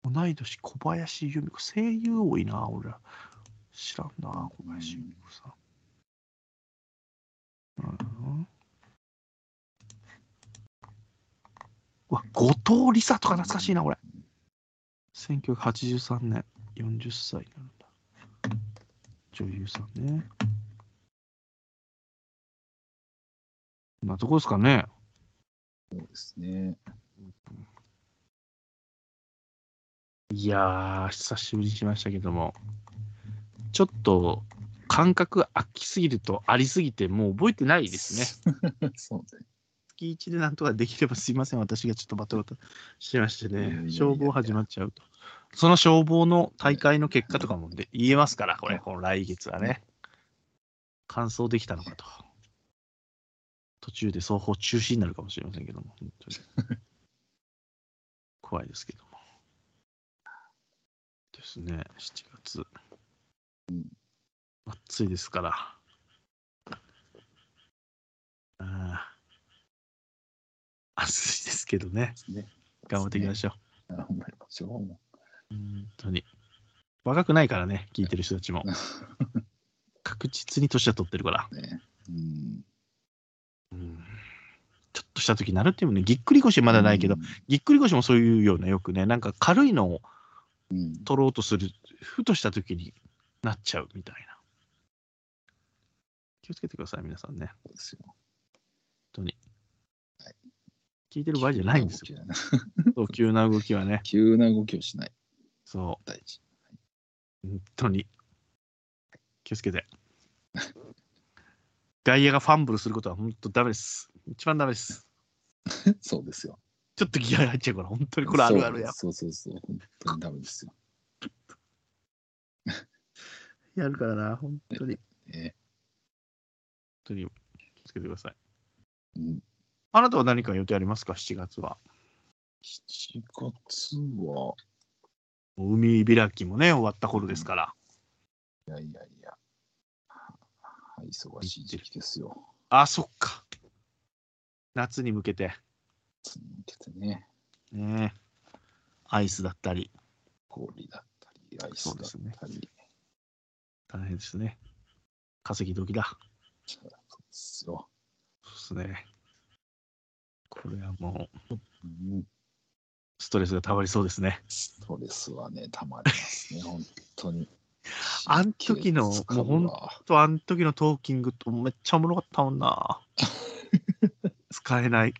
[SPEAKER 2] 同い年小林由美子、声優多いな、俺ら。知らんな、小林由美子さん。うん。うわ、後藤梨沙とか懐かしいな、俺。1983年、40歳になるんだ。女優さんね。こんなとこですかね。
[SPEAKER 1] そうですね。
[SPEAKER 2] いやー、久しぶりにしましたけども、ちょっと感覚空きすぎるとありすぎて、もう覚えてないですね。
[SPEAKER 1] ね。 そうね。
[SPEAKER 2] 月一でなんとかできればすいません、私がちょっとバタバタしてまして
[SPEAKER 1] いやいやい
[SPEAKER 2] ね、
[SPEAKER 1] や
[SPEAKER 2] 消防始まっちゃうと。その消防の大会の結果とかもで言えますから、これ、この来月はね。完走できたのかと。途中で双方中止になるかもしれませんけども、本当に。 怖いですけども。ですね、7月。暑いですから。あー暑いですけどね。
[SPEAKER 1] ね
[SPEAKER 2] 頑張っていきましょう。
[SPEAKER 1] 頑張りましょう。も
[SPEAKER 2] 本当に。若くないからね、聞いてる人た ちも。確実に年は取ってるから。
[SPEAKER 1] うね。うん。
[SPEAKER 2] うんちょっとした時になるっていうのね、ぎっくり腰まだないけど、ぎっくり腰もそういうような、よくね、なんか軽いのを
[SPEAKER 1] うん。うん。
[SPEAKER 2] 取ろうとする、ふとした時になっちゃうみたいな。気をつけてください、皆さんね。
[SPEAKER 1] そうですよ。
[SPEAKER 2] 聞いてる場合じゃないんですよ。
[SPEAKER 1] よ。
[SPEAKER 2] そう急な動きはね。
[SPEAKER 1] 急な動きをしない。
[SPEAKER 2] そう。
[SPEAKER 1] 大事。
[SPEAKER 2] 本当に。気をつけて。外野がファンブルすることは本当ダメです。一番ダメです。
[SPEAKER 1] そうですよ。
[SPEAKER 2] ちょっとギア入っちゃうから、本当にこれあるあるや。
[SPEAKER 1] そうそうそう。本当にダメですよ。
[SPEAKER 2] やるからな、本当に。本
[SPEAKER 1] ね。
[SPEAKER 2] 当に気をつけてくださ
[SPEAKER 1] う
[SPEAKER 2] い。
[SPEAKER 1] ん。
[SPEAKER 2] あなたは何か予定ありますか、7月は。
[SPEAKER 1] 7月は、
[SPEAKER 2] もう海開きもね、終わった頃ですから。
[SPEAKER 1] いやいやいや、はい忙しい時期ですよ。
[SPEAKER 2] あ、そっか。夏に向けて、
[SPEAKER 1] 夏に向けてね、
[SPEAKER 2] ねえアイスだったり、
[SPEAKER 1] 氷だったり、アイス
[SPEAKER 2] そう
[SPEAKER 1] だ
[SPEAKER 2] で
[SPEAKER 1] っ
[SPEAKER 2] すね
[SPEAKER 1] たり、
[SPEAKER 2] 大変ですね。稼ぎ時だ。
[SPEAKER 1] そうですよ。
[SPEAKER 2] そうですね。これはもう。
[SPEAKER 1] うん、
[SPEAKER 2] ストレスがたまりそうですね。
[SPEAKER 1] ストレスはね、たまりますね、本当に。
[SPEAKER 2] あん時の
[SPEAKER 1] 神経使わ
[SPEAKER 2] もうと、あの時のトーキングとめっちゃおもろかったもん な。使えない、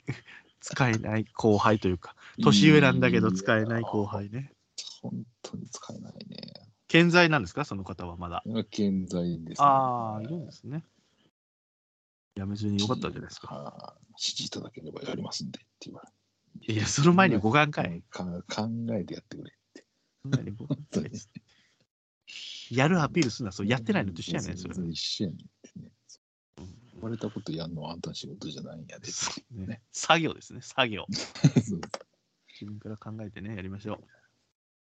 [SPEAKER 2] 使えない後輩というか、年上なんだけど使えない後。輩ね。
[SPEAKER 1] 本当に使えないね。
[SPEAKER 2] 健在なんですか、その方はまだ。
[SPEAKER 1] 今健在です、ね。
[SPEAKER 2] ああ、いるんですね。やめずによかったんじゃないですか。
[SPEAKER 1] か。指示いただければやりますんでって言われて
[SPEAKER 2] いや、その前にご眼かい。
[SPEAKER 1] か考えてやってくれ。
[SPEAKER 2] その前にご眼
[SPEAKER 1] 本当
[SPEAKER 2] 会
[SPEAKER 1] に
[SPEAKER 2] やるアピールするのはそうやってないのと一緒やねん、それ
[SPEAKER 1] 全。然一緒やねんってね。言われたことやんのはあんたの仕事じゃないんや で。
[SPEAKER 2] そうね作業ですね、作業。
[SPEAKER 1] そう
[SPEAKER 2] 自分から考えてね、やりましょう。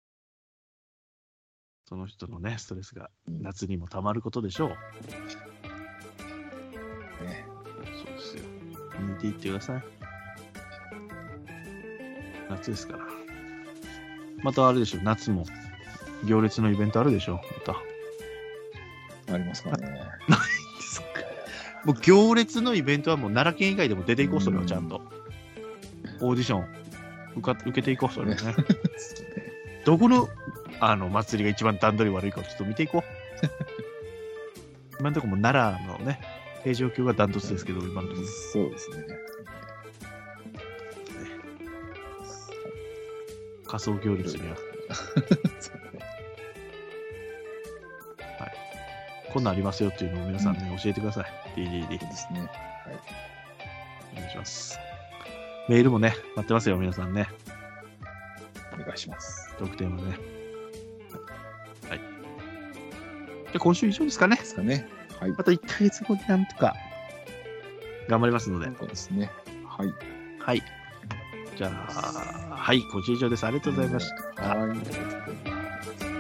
[SPEAKER 2] その人のね、ストレスが夏にもたまることでしょう。
[SPEAKER 1] ね。
[SPEAKER 2] そうですよ。見ていってください。夏ですから。またあれでしょ、夏も行列のイベントあるでしょ、また。
[SPEAKER 1] ありますからね。
[SPEAKER 2] もう行列のイベントはもう奈良県以外でも出ていこう、それはちゃんと。オーディション受か受けていこう、それはね。
[SPEAKER 1] そうね
[SPEAKER 2] どこのあの祭りが一番段取り悪いかをちょっと見てい こう。今のところもう奈良のね、平城京がダントツですけど、今のところね
[SPEAKER 1] そうですね。
[SPEAKER 2] 仮想行列には。
[SPEAKER 1] そうね
[SPEAKER 2] こんなんありますよっていうのを皆さんね、教えてください。DDD。
[SPEAKER 1] そうですね。
[SPEAKER 2] お願いします。メールもね、待ってますよ、皆さんね。
[SPEAKER 1] お願いします。
[SPEAKER 2] 特典はね。はい。じゃあ今週以上ですかね。
[SPEAKER 1] ですかね。はい。
[SPEAKER 2] また1ヶ月後になんとか頑張りますので。
[SPEAKER 1] そうですね。はい。あ
[SPEAKER 2] はい。じゃあ、はい、今週以上です。ありがとうございまし
[SPEAKER 1] は
[SPEAKER 2] た。
[SPEAKER 1] い。ありがとうございます。